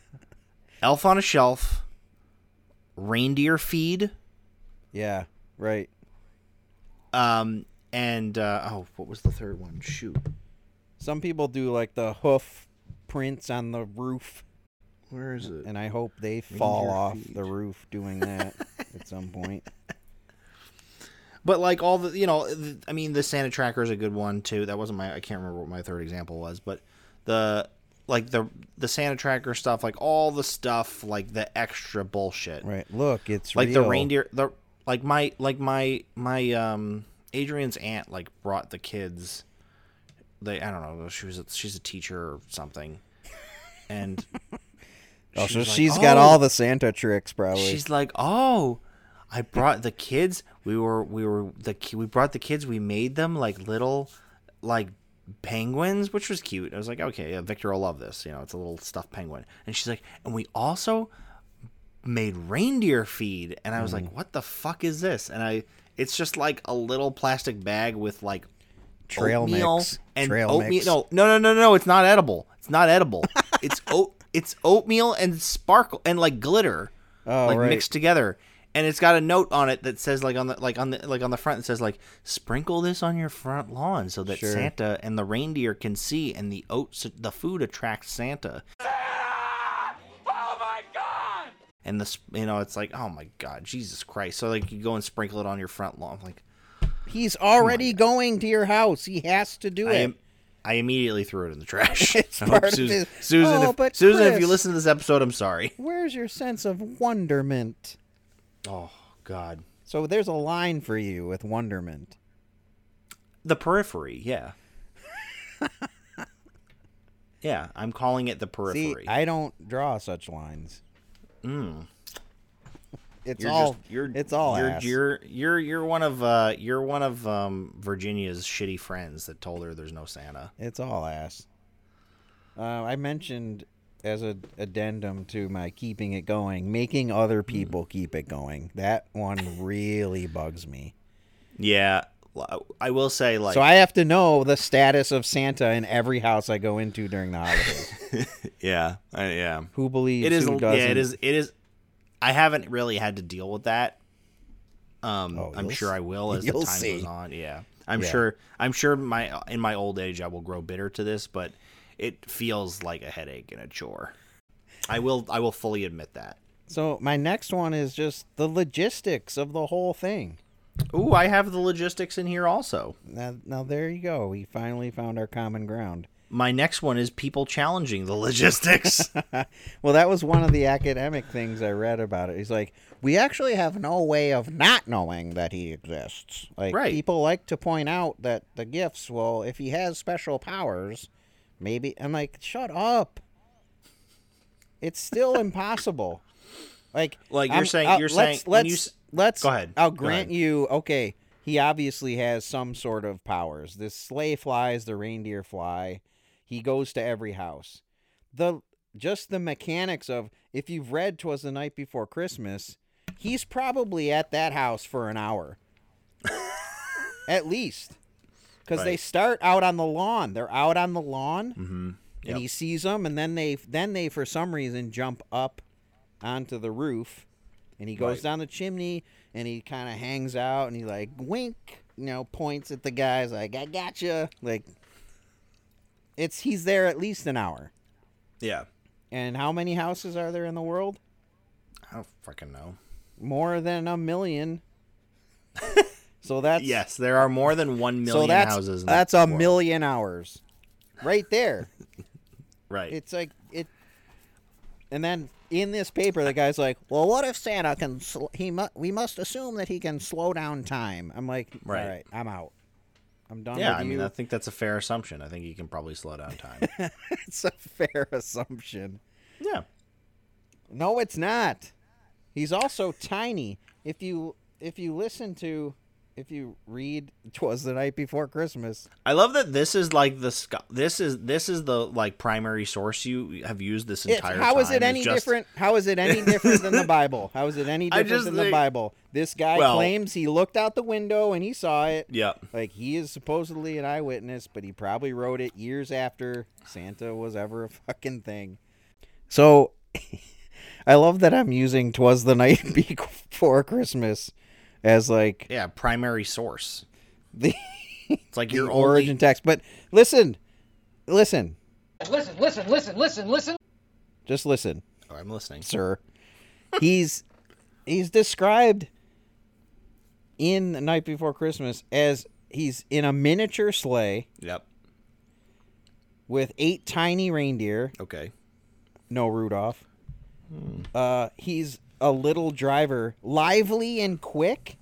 Speaker 3: elf on a shelf reindeer feed
Speaker 2: yeah right
Speaker 3: um and uh oh what was the third one shoot
Speaker 2: Some people do like the hoof prints on the roof.
Speaker 3: Where is it?
Speaker 2: And I hope they fall
Speaker 3: Reindeer
Speaker 2: off the roof doing that at some point.
Speaker 3: But like all the, you know, th- I mean, the Santa Tracker is a good one too. That wasn't my, I can't remember what my third example was, but the like the the Santa Tracker stuff, like all the stuff, like the extra bullshit,
Speaker 2: Right. Look, it's
Speaker 3: like the
Speaker 2: real.
Speaker 3: reindeer, the like my like my my um Adrian's aunt like brought the kids. They I don't know she was a, she's a teacher or something, and
Speaker 2: Oh, so
Speaker 3: she's like,
Speaker 2: she's got all
Speaker 3: "Oh."
Speaker 2: the Santa tricks, probably.
Speaker 3: She's like, "Oh, I brought the kids. We were we were the ki- we brought the kids. We made them like little like penguins, which was cute." I was like, "Okay, yeah, Victor will love this. You know, it's a little stuffed penguin." And she's like, "And we also made reindeer feed." And I was like, "What the fuck is this?" And I it's just like a little plastic bag with like
Speaker 2: Trail
Speaker 3: oatmeal
Speaker 2: mix.
Speaker 3: and
Speaker 2: Trail
Speaker 3: oatmeal.
Speaker 2: mix.
Speaker 3: No, no, no, no, no. It's not edible. It's not edible. it's oat. It's oatmeal and sparkle and like glitter,
Speaker 2: Oh,
Speaker 3: like
Speaker 2: right.
Speaker 3: mixed together. And it's got a note on it that says like on the like on the like on the front it says like sprinkle this on your front lawn so that
Speaker 2: Sure.
Speaker 3: Santa and the reindeer can see and the oats the food attracts Santa. And the sp- you know it's like oh my god Jesus Christ so like you go and sprinkle it on your front lawn I'm like
Speaker 2: He's already going to your house. He has to do
Speaker 3: I
Speaker 2: it.
Speaker 3: am. I immediately threw it in the trash.
Speaker 2: It's
Speaker 3: I hope
Speaker 2: part of
Speaker 3: Susan,
Speaker 2: it.
Speaker 3: Susan,
Speaker 2: Oh,
Speaker 3: if,
Speaker 2: but
Speaker 3: Susan if you
Speaker 2: Chris-
Speaker 3: listen to this episode, I'm sorry.
Speaker 2: Where's your sense of wonderment?
Speaker 3: Oh God,
Speaker 2: So there's a line for you with wonderment.
Speaker 3: the periphery. Yeah, yeah. I'm calling it the periphery.
Speaker 2: See, I don't draw such lines.
Speaker 3: Mm.
Speaker 2: It's
Speaker 3: You're
Speaker 2: all.
Speaker 3: just- you're,
Speaker 2: it's all.
Speaker 3: You're,
Speaker 2: ass.
Speaker 3: you're you're you're one of uh you're one of um Virginia's shitty friends that told her there's no Santa.
Speaker 2: It's all ass. Uh, I mentioned as a addendum to my keeping it going, making other
Speaker 3: Hmm.
Speaker 2: people keep it going. That one really bugs me.
Speaker 3: Yeah, l- I will say like
Speaker 2: so I have to know the status of Santa in every house I go into during the holidays.
Speaker 3: yeah I, yeah
Speaker 2: Who believes?
Speaker 3: it is
Speaker 2: Who
Speaker 3: yeah it
Speaker 2: doesn't?
Speaker 3: is it is i haven't really had to deal with that um
Speaker 2: Oh,
Speaker 3: i'm
Speaker 2: you'll
Speaker 3: sure
Speaker 2: s-
Speaker 3: i will as the
Speaker 2: you'll
Speaker 3: time
Speaker 2: see.
Speaker 3: goes on yeah i'm
Speaker 2: Yeah.
Speaker 3: sure i'm sure my in my old age i will grow bitter to this but it feels like a headache and a chore i will i will fully admit that
Speaker 2: So my next one is just the logistics of the whole thing.
Speaker 3: ooh i have the logistics in here also
Speaker 2: Now, now there you go. We finally found our common ground.
Speaker 3: my next one is people challenging the logistics
Speaker 2: well, that was one of the academic things I read about it. He's like, we actually have no way of not knowing that he exists. Like
Speaker 3: Right.
Speaker 2: people like to point out that the gifts. Well, if he has special powers, maybe. I'm like, shut up. It's still impossible. Like,
Speaker 3: Like, you're
Speaker 2: I'm-
Speaker 3: saying-
Speaker 2: I'll-
Speaker 3: you're
Speaker 2: let's-
Speaker 3: saying when
Speaker 2: let's
Speaker 3: you s-
Speaker 2: let's
Speaker 3: Go ahead.
Speaker 2: I'll
Speaker 3: Go
Speaker 2: grant
Speaker 3: ahead.
Speaker 2: you. Okay, he obviously has some sort of powers. This sleigh flies, the reindeer fly. He goes to every house. The just the mechanics of if you've read Twas the Night Before Christmas, he's probably at that house for an hour. at least. Because they
Speaker 3: Right.
Speaker 2: start out on the lawn. They're out on the lawn
Speaker 3: Mm-hmm.
Speaker 2: and he sees them and then they then they for some reason jump up onto the roof and he goes
Speaker 3: Right.
Speaker 2: down the chimney and he kind of hangs out and he like wink you know points at the guys like i gotcha like it's he's there at least an hour
Speaker 3: Yeah.
Speaker 2: and how many houses are there in the world
Speaker 3: I don't fucking know.
Speaker 2: more than a million so that's
Speaker 3: Yes, there are more than one million
Speaker 2: so that's
Speaker 3: houses. In the
Speaker 2: that's a
Speaker 3: world.
Speaker 2: million hours right there
Speaker 3: Right.
Speaker 2: It's like it, and then in this paper, the guy's like, "Well, what if Santa can? Sl- he mu- we must assume that he can slow down time." I'm like,
Speaker 3: Right.
Speaker 2: "All right, I'm out. I'm done."
Speaker 3: yeah,
Speaker 2: with
Speaker 3: I mean,
Speaker 2: you."
Speaker 3: I think that's a fair assumption. I think you can probably slow down time.
Speaker 2: it's a fair assumption.
Speaker 3: yeah.
Speaker 2: No, it's not. He's also tiny. If you if you listen to, if you read, "Twas the Night Before Christmas."
Speaker 3: I love that this is like the sc- this is this is the like primary source you have used this
Speaker 2: It's,
Speaker 3: entire.
Speaker 2: how
Speaker 3: time.
Speaker 2: is it any
Speaker 3: It's just-
Speaker 2: different? How is it any different than the Bible? How is it any
Speaker 3: I
Speaker 2: different
Speaker 3: just
Speaker 2: than the
Speaker 3: think-
Speaker 2: Bible? This guy
Speaker 3: Well-
Speaker 2: claims he looked out the window and he saw it.
Speaker 3: Yeah.
Speaker 2: Like he is supposedly an eyewitness, but he probably wrote it years after Santa was ever a fucking thing. So I love that I'm using "Twas the Night Before Christmas" as like
Speaker 3: Yeah, primary source.
Speaker 2: the
Speaker 3: It's like your
Speaker 2: the
Speaker 3: only-
Speaker 2: origin text. But listen, listen,
Speaker 9: Listen, listen, listen, listen, listen.
Speaker 2: just listen.
Speaker 3: Oh, I'm listening.
Speaker 2: sir. He's he's described in the night before Christmas as he's in a miniature sleigh
Speaker 3: Yep.
Speaker 2: with eight tiny reindeer.
Speaker 3: Okay.
Speaker 2: No Rudolph. Uh, he's a little driver, lively and quick.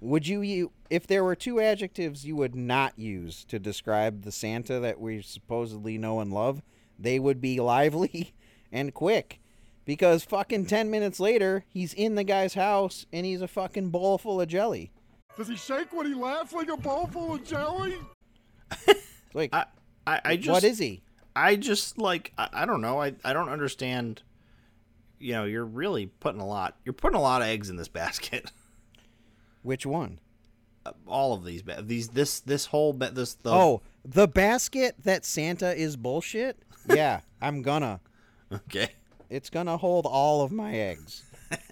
Speaker 2: Would you, you if there were two adjectives you would not use to describe the Santa that we supposedly know and love, they would be lively and quick. Because fucking 10 minutes later, he's in the guy's house and he's a fucking bowl full of jelly.
Speaker 16: Does he shake when he laughs like a bowl full of jelly?
Speaker 2: Like
Speaker 3: I, I, I just
Speaker 2: Uh, what is he?
Speaker 3: I just like I, I don't know. I, I don't understand. You know, you're really putting a lot. You're putting a lot of eggs in this basket.
Speaker 2: Which one?
Speaker 3: All of these ba- these this this whole ba- this the
Speaker 2: oh, the basket that Santa is bullshit? Yeah, I'm gonna.
Speaker 3: okay.
Speaker 2: It's gonna hold all of my eggs.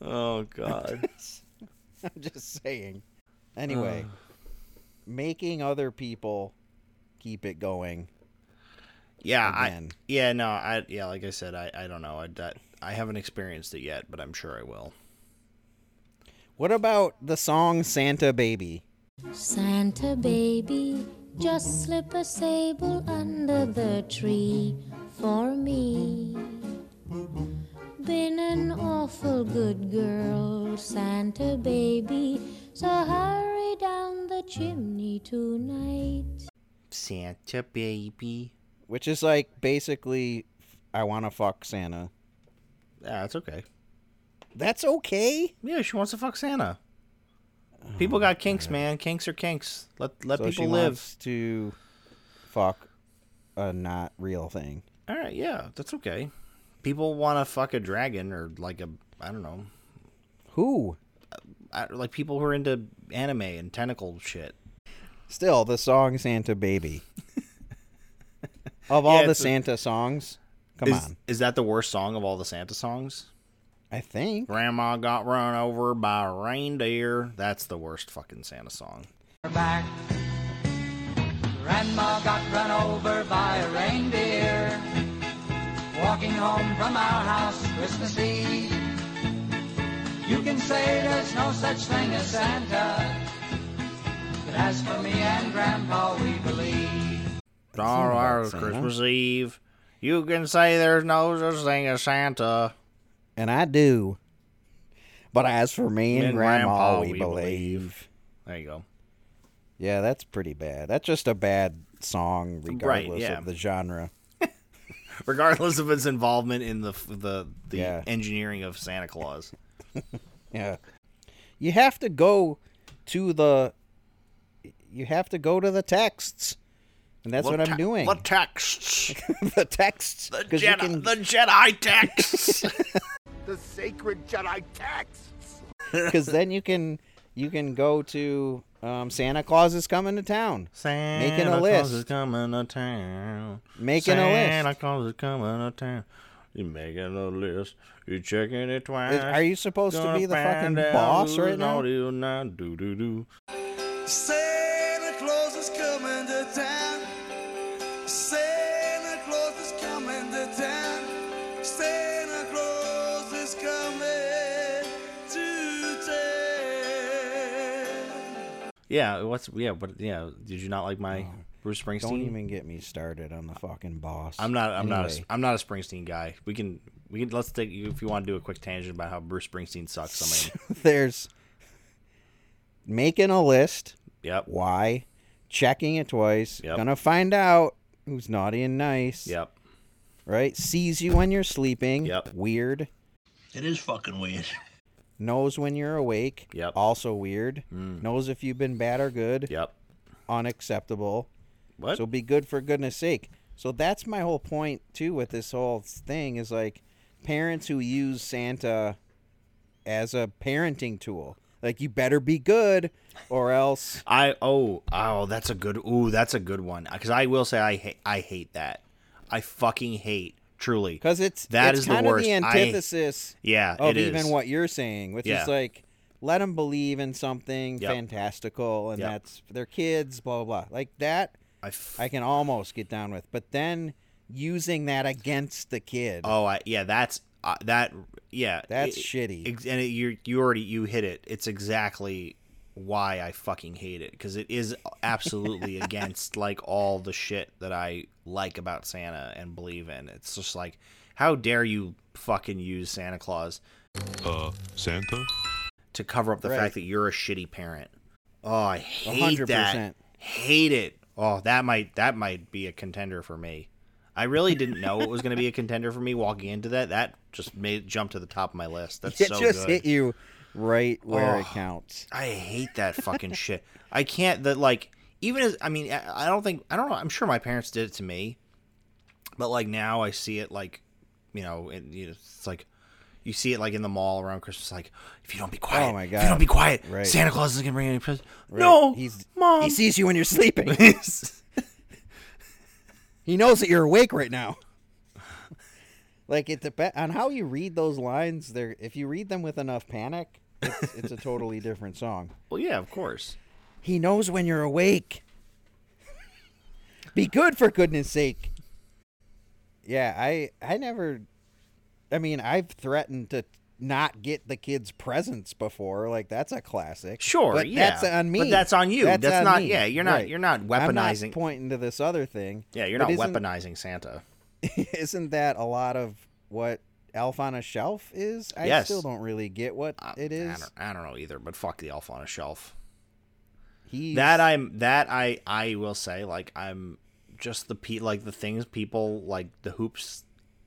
Speaker 3: Oh god.
Speaker 2: I'm just saying. Anyway, making other people keep it going.
Speaker 3: yeah.
Speaker 2: Again.
Speaker 3: I yeah no. I yeah. Like I said, I I don't know. I that, I haven't experienced it yet, but I'm sure I will.
Speaker 2: What about the song Santa Baby?
Speaker 22: Santa baby, just slip a sable under the tree for me. Been an awful good girl, Santa baby, so hurry down the chimney tonight.
Speaker 3: Santa baby.
Speaker 2: Which is like basically, I want to fuck Santa.
Speaker 3: Yeah, it's okay.
Speaker 2: That's okay.
Speaker 3: Yeah, she wants to fuck Santa. People got kinks, man. Kinks are kinks. Let let
Speaker 2: Oh, So
Speaker 3: people
Speaker 2: she
Speaker 3: live.
Speaker 2: wants to fuck a not real thing.
Speaker 3: All right, yeah, that's okay. People want to fuck a dragon or like a I don't know,
Speaker 2: Who?
Speaker 3: I, like people who are into anime and tentacle shit.
Speaker 2: Still, the song Santa Baby. of all
Speaker 3: Yeah,
Speaker 2: the
Speaker 3: it's a-
Speaker 2: Santa songs, come
Speaker 3: is,
Speaker 2: on.
Speaker 3: is that the worst song of all the Santa songs?
Speaker 2: I think.
Speaker 3: Grandma got run over by a reindeer. That's the worst fucking Santa song.
Speaker 20: Back. Grandma got run over by a reindeer. Walking home from our house Christmas Eve. You can say there's no such thing as Santa. But as for me and Grandpa, we believe.
Speaker 3: All
Speaker 2: about
Speaker 3: right,
Speaker 2: Santa.
Speaker 3: Christmas Eve. You can say there's no such thing as Santa.
Speaker 2: And I do. But as for me and, Grandma, we, believe.
Speaker 3: There you go.
Speaker 2: Yeah, that's pretty bad. That's just a bad song, regardless
Speaker 3: yeah.
Speaker 2: of the genre.
Speaker 3: Regardless of its involvement in the the the
Speaker 2: Yeah.
Speaker 3: engineering of Santa Claus.
Speaker 2: Yeah. You have to go to the you have to go to the texts. And that's
Speaker 3: The
Speaker 2: what I'm
Speaker 3: te-
Speaker 2: doing.
Speaker 3: The texts.
Speaker 2: the texts.
Speaker 3: The
Speaker 2: 'cause you
Speaker 3: Jedi,
Speaker 2: can-
Speaker 3: the Jedi texts.
Speaker 16: The sacred Jedi texts.
Speaker 2: because then you can you can go to um, Santa Claus is coming to town, making a list.
Speaker 3: coming to town.
Speaker 2: Making a list. Santa
Speaker 3: Claus is coming to town. You making a list. You checking it twice.
Speaker 2: Is- are you supposed to Gonna be the fucking find out boss who's right now?
Speaker 3: Do do do.
Speaker 20: Santa Claus is coming to town. Santa Claus is coming to town. Santa Claus is coming to town.
Speaker 3: Yeah. What's yeah? But yeah. Did you not like my Bruce Springsteen?
Speaker 2: Oh, Don't even get me started on the fucking boss.
Speaker 3: I'm not. I'm not. A,
Speaker 2: Anyway,
Speaker 3: I'm not a Springsteen guy. We can. We can. Let's take. If you want to do a quick tangent about how Bruce Springsteen sucks. I mean,
Speaker 2: there's making a list.
Speaker 3: Yep.
Speaker 2: Why? Checking it twice.
Speaker 3: Yep.
Speaker 2: Gonna find out who's naughty and nice.
Speaker 3: Yep.
Speaker 2: Right. Sees you when you're sleeping.
Speaker 3: Yep.
Speaker 2: Weird.
Speaker 4: It is fucking weird.
Speaker 2: Knows when you're awake.
Speaker 3: Yep. Hmm.
Speaker 2: Also weird. Knows if you've been bad or good.
Speaker 3: Yep.
Speaker 2: Unacceptable.
Speaker 3: What?
Speaker 2: So be good for goodness sake. So that's my whole point too with this whole thing is like parents who use Santa as a parenting tool. Like you better be good or else
Speaker 3: I oh oh that's a good ooh that's a good one because I will say I hate I hate that I fucking hate truly
Speaker 2: because it's
Speaker 3: that
Speaker 2: it's
Speaker 3: is
Speaker 2: kind
Speaker 3: the
Speaker 2: of
Speaker 3: worst
Speaker 2: the
Speaker 3: I-
Speaker 2: antithesis
Speaker 3: yeah
Speaker 2: of
Speaker 3: it
Speaker 2: even
Speaker 3: is.
Speaker 2: what you're saying, which
Speaker 3: Yeah.
Speaker 2: is like let them believe in something
Speaker 3: Yep.
Speaker 2: fantastical and
Speaker 3: Yep.
Speaker 2: that's their kids, blah blah blah. Like that
Speaker 3: I f-
Speaker 2: I can almost get down with. But then using that against the kid.
Speaker 3: oh I, yeah that's uh, that yeah
Speaker 2: That's shitty.
Speaker 3: ex- and it, you you already you hit it it's exactly why I fucking hate it because it is absolutely against like all the shit that I like about Santa and believe in it's just like how dare you fucking use Santa Claus
Speaker 15: Uh, Santa?
Speaker 3: to cover up the
Speaker 15: Right.
Speaker 3: fact that you're a shitty parent. Oh, I hate
Speaker 2: 100%.
Speaker 3: that. Hate it. Oh, that might that might be a contender for me. I really didn't know it was going to be a contender for me walking into that. That just made it jump to the top of my list. That's
Speaker 2: it
Speaker 3: so
Speaker 2: just
Speaker 3: good.
Speaker 2: hit you right where it
Speaker 3: Oh,
Speaker 2: counts.
Speaker 3: I hate that fucking shit. I can't that like even as I mean I, I don't think I don't know. I'm sure my parents did it to me, but like now I see it like you know and you know, it's like you see it like in the mall around Christmas like if you don't be quiet
Speaker 2: Oh my
Speaker 3: if you don't
Speaker 2: God.
Speaker 3: be quiet
Speaker 2: Right.
Speaker 3: Santa Claus is gonna bring any presents
Speaker 2: Right.
Speaker 3: no
Speaker 2: He's-
Speaker 3: mom
Speaker 2: he sees you when you're sleeping. he knows that you're awake right now. Like it depends on how you read those lines. There, if you read them with enough panic, it's, it's a totally different song.
Speaker 3: well yeah of course
Speaker 2: He knows when you're awake. Be good for goodness sake. Yeah, I I never I mean, I've threatened to not get the kids presents before. Like that's a classic.
Speaker 3: Sure,
Speaker 2: but
Speaker 3: yeah.
Speaker 2: That's on me.
Speaker 3: But that's on you. That's
Speaker 2: on
Speaker 3: not-
Speaker 2: me.
Speaker 3: yeah, you're not-
Speaker 2: Right.
Speaker 3: you're not
Speaker 2: I'm not
Speaker 3: weaponizing-
Speaker 2: pointing to this other thing.
Speaker 3: yeah you're
Speaker 2: But
Speaker 3: not
Speaker 2: isn't-
Speaker 3: weaponizing Santa
Speaker 2: Isn't that a lot of what Elf on a Shelf is? I
Speaker 3: Yes.
Speaker 2: still don't really get what it
Speaker 3: I
Speaker 2: is.
Speaker 3: don't, I don't know either but fuck the elf on a shelf
Speaker 2: He's
Speaker 3: that I'm that I I will say like I'm just the pe like the things people like the hoops.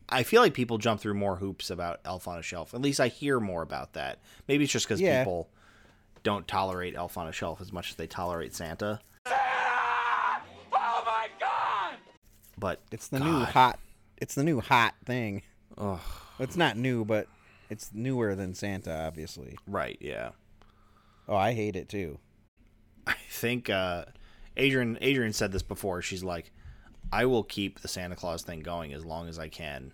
Speaker 3: I feel like people jump through more hoops about Elf on a Shelf. At least I hear more about that. Maybe it's just because
Speaker 2: Yeah.
Speaker 3: people don't tolerate Elf on a Shelf as much as they tolerate Santa.
Speaker 20: Oh my god!
Speaker 3: But
Speaker 2: It's the new hot. It's the new hot thing. It's not new, but it's newer than Santa, obviously.
Speaker 3: right, yeah.
Speaker 2: Oh, I hate it too.
Speaker 3: I think uh, Adrian Adrian said this before. She's like, I will keep the Santa Claus thing going as long as I can.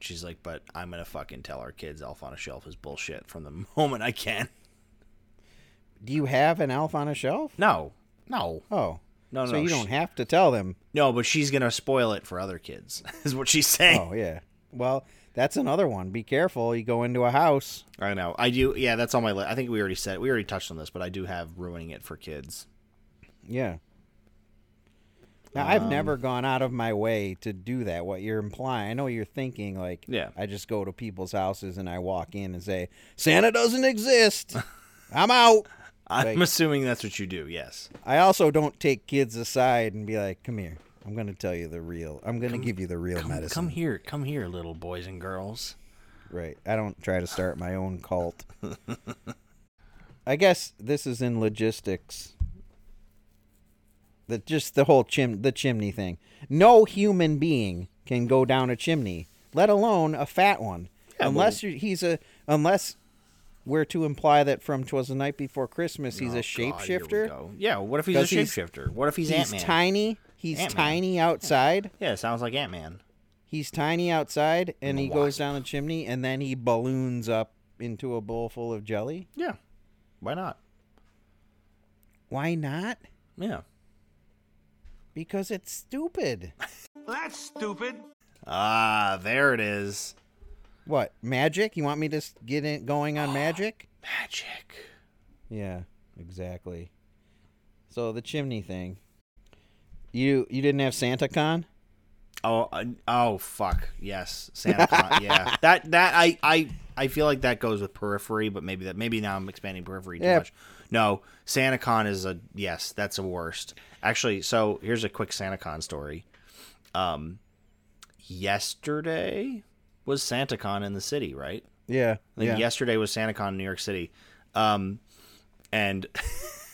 Speaker 3: She's like, but I'm gonna fucking tell our kids Elf on a Shelf is bullshit from the moment I can.
Speaker 2: Do you have an elf on a shelf?
Speaker 3: No, no,
Speaker 2: Oh,
Speaker 3: no, no.
Speaker 2: so you
Speaker 3: she-
Speaker 2: don't have to tell them.
Speaker 3: No, but she's gonna spoil it for other kids, is what she's saying.
Speaker 2: Oh yeah. Well, that's another one. Be careful. You go into a house.
Speaker 3: I know. I do. Yeah, that's on my list. I think we already said we already touched on this, but I do have ruining it for kids.
Speaker 2: Yeah. Now I've
Speaker 3: Um,
Speaker 2: never gone out of my way to do that. What you're implying, I know you're thinking like,
Speaker 3: Yeah.
Speaker 2: I just go to people's houses and I walk in and say, Santa doesn't exist. I'm out.
Speaker 3: I'm
Speaker 2: Like-
Speaker 3: assuming that's what you do. Yes.
Speaker 2: I also don't take kids aside and be like, "Come here, I'm gonna tell you the real. I'm gonna give you the real
Speaker 3: Come,
Speaker 2: medicine."
Speaker 3: come here, come here, little boys and girls.
Speaker 2: Right. I don't try to start my own cult. I guess this is in logistics. The, just the whole chim the chimney thing. No human being can go down a chimney, let alone a fat one,
Speaker 3: Yeah,
Speaker 2: unless you he's a unless we're to imply that from twas the night before Christmas
Speaker 3: Oh,
Speaker 2: he's a shapeshifter.
Speaker 3: Yeah, what if he's a
Speaker 2: 'Cause
Speaker 3: shapeshifter? What if he's Ant-Man?
Speaker 2: tiny. He's
Speaker 3: Ant-Man.
Speaker 2: tiny outside.
Speaker 3: Yeah, it sounds like Ant Man.
Speaker 2: He's tiny outside, and
Speaker 3: a
Speaker 2: he goes down the chimney, and then he balloons up into a bowl full of jelly.
Speaker 3: Yeah, why not?
Speaker 2: Why not?
Speaker 3: Yeah.
Speaker 2: Because it's stupid.
Speaker 19: That's stupid.
Speaker 3: Ah, there it is.
Speaker 2: What magic? You want me to s- get in going on magic?
Speaker 3: Magic.
Speaker 2: Yeah, exactly. So the chimney thing. You you didn't have SantaCon?
Speaker 3: Oh, uh, oh, fuck. Yes, Santa Claus. yeah, that that I I I feel like that goes with periphery, but maybe that maybe now I'm expanding periphery too
Speaker 2: Yeah.
Speaker 3: much. No, SantaCon is a yes. That's a worst. Actually, so here's a quick SantaCon story. Um, yesterday was SantaCon in the city, right?
Speaker 2: Yeah.
Speaker 3: I think
Speaker 2: yeah.
Speaker 3: yesterday was SantaCon in New York City. Um, and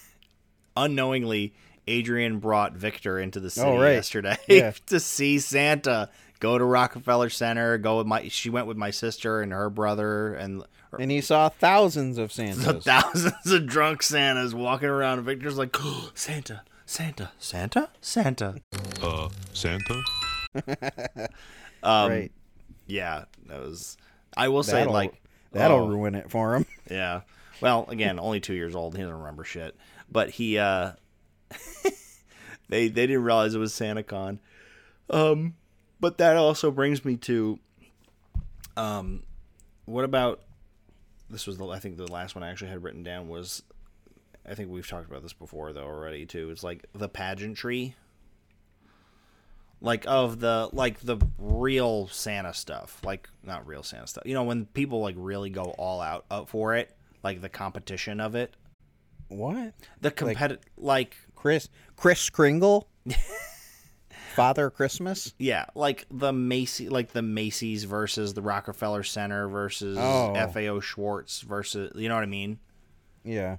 Speaker 3: unknowingly, Adrian brought Victor into the city
Speaker 2: Oh, right.
Speaker 3: yesterday
Speaker 2: Yeah.
Speaker 3: to see Santa. Go to Rockefeller Center. Go with my. She went with my sister and her brother, and
Speaker 2: And he saw thousands of
Speaker 3: the
Speaker 2: Santas.
Speaker 3: thousands of drunk Santas walking around. And Victor's like, Santa, Santa, Santa, Santa.
Speaker 15: Uh, Santa?
Speaker 3: Um,
Speaker 2: Right.
Speaker 3: Yeah, that was. I will say,
Speaker 2: That'll-
Speaker 3: like,
Speaker 2: that'll
Speaker 3: oh.
Speaker 2: ruin it for him.
Speaker 3: Yeah. Well, again, only two years old. He doesn't remember shit. But he, uh, they they didn't realize it was SantaCon. Um, but that also brings me to, um, what about this was the I think the last one I actually had written down was, I think we've talked about this before though already too. It's like the pageantry. Like of the like the real Santa stuff, like not real Santa stuff. You know when people like really go all out up for it, like the competition of it.
Speaker 2: What?
Speaker 3: The competi- like
Speaker 2: Chris Chris Kringle? Father Christmas?
Speaker 3: Yeah, like the Macy, like the Macy's versus the Rockefeller Center versus
Speaker 2: Oh.
Speaker 3: FAO Schwartz versus, you know what I mean?
Speaker 2: Yeah.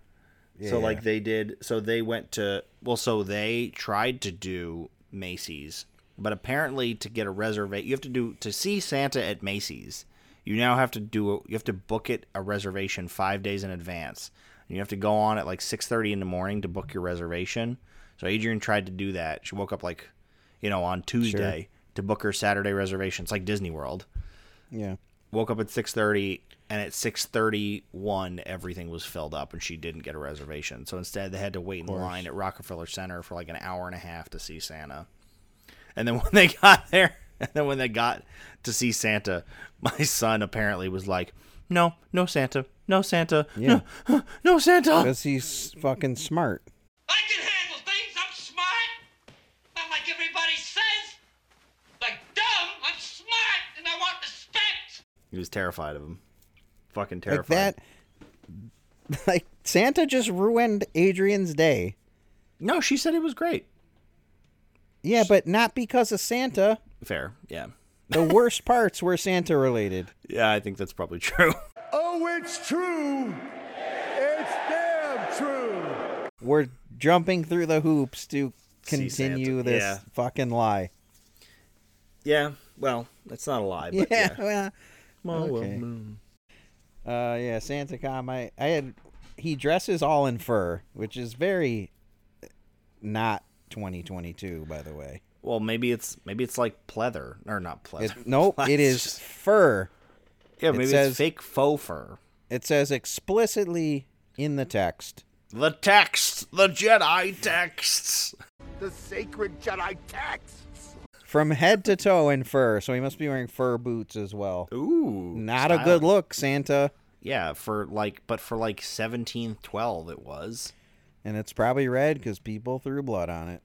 Speaker 3: so
Speaker 2: Yeah.
Speaker 3: like they did, so they went to, well, so they tried to do Macy's, but apparently to get a reservation, you have to do to see Santa at Macy's. You now have to do, a, you have to book it a reservation five days in advance. And you have to go on at like six thirty in the morning to book your reservation. So Adrian tried to do that. She woke up like, you know, on Tuesday to book her Saturday reservation. It's like Disney World.
Speaker 2: Yeah.
Speaker 3: Woke up at six thirty, and at six thirty one, everything was filled up, and she didn't get a reservation. So instead, they had to wait in
Speaker 2: course.
Speaker 3: line at Rockefeller Center for like an hour and a half to see Santa. And then when they got there, and then when they got to see Santa, my son apparently was like, "No, no Santa, no Santa,
Speaker 2: Yeah.
Speaker 3: no, no Santa."
Speaker 2: Because he's fucking smart.
Speaker 10: Not like everybody says. Like dumb, I'm smart and I want respect.
Speaker 3: He was terrified of him, fucking
Speaker 2: Like
Speaker 3: terrified.
Speaker 2: that like Santa just ruined Adrian's day.
Speaker 3: No, she said it was great.
Speaker 2: Yeah, but not because of Santa.
Speaker 3: Fair, yeah,
Speaker 2: The worst parts were Santa related.
Speaker 3: yeah. I think that's probably true.
Speaker 5: Oh, it's true. It's damn true.
Speaker 2: We're jumping through the hoops to
Speaker 3: See Santa,
Speaker 2: continue this
Speaker 3: yeah.
Speaker 2: fucking lie.
Speaker 3: Yeah, well, it's not a lie, but
Speaker 2: yeah,
Speaker 3: yeah.
Speaker 2: well,
Speaker 3: Well, well,
Speaker 2: okay. Uh, yeah, Santa Com. I, I had he dresses all in fur, which is very not 2022, by the way.
Speaker 3: Well, maybe it's maybe it's like pleather or not pleather.
Speaker 2: It, nope, it is fur.
Speaker 3: Yeah,
Speaker 2: it
Speaker 3: maybe
Speaker 2: says-
Speaker 3: it's fake faux fur.
Speaker 2: It says explicitly in the text.
Speaker 3: The text, the Jedi texts.
Speaker 5: The sacred Jedi texts.
Speaker 2: From head to toe in fur, so he must be wearing fur boots as well.
Speaker 3: Ooh.
Speaker 2: Not a
Speaker 3: stylish.
Speaker 2: good look, Santa.
Speaker 3: Yeah, for like, but for like seventeen twelve, it was.
Speaker 2: And it's probably red because people threw blood on it.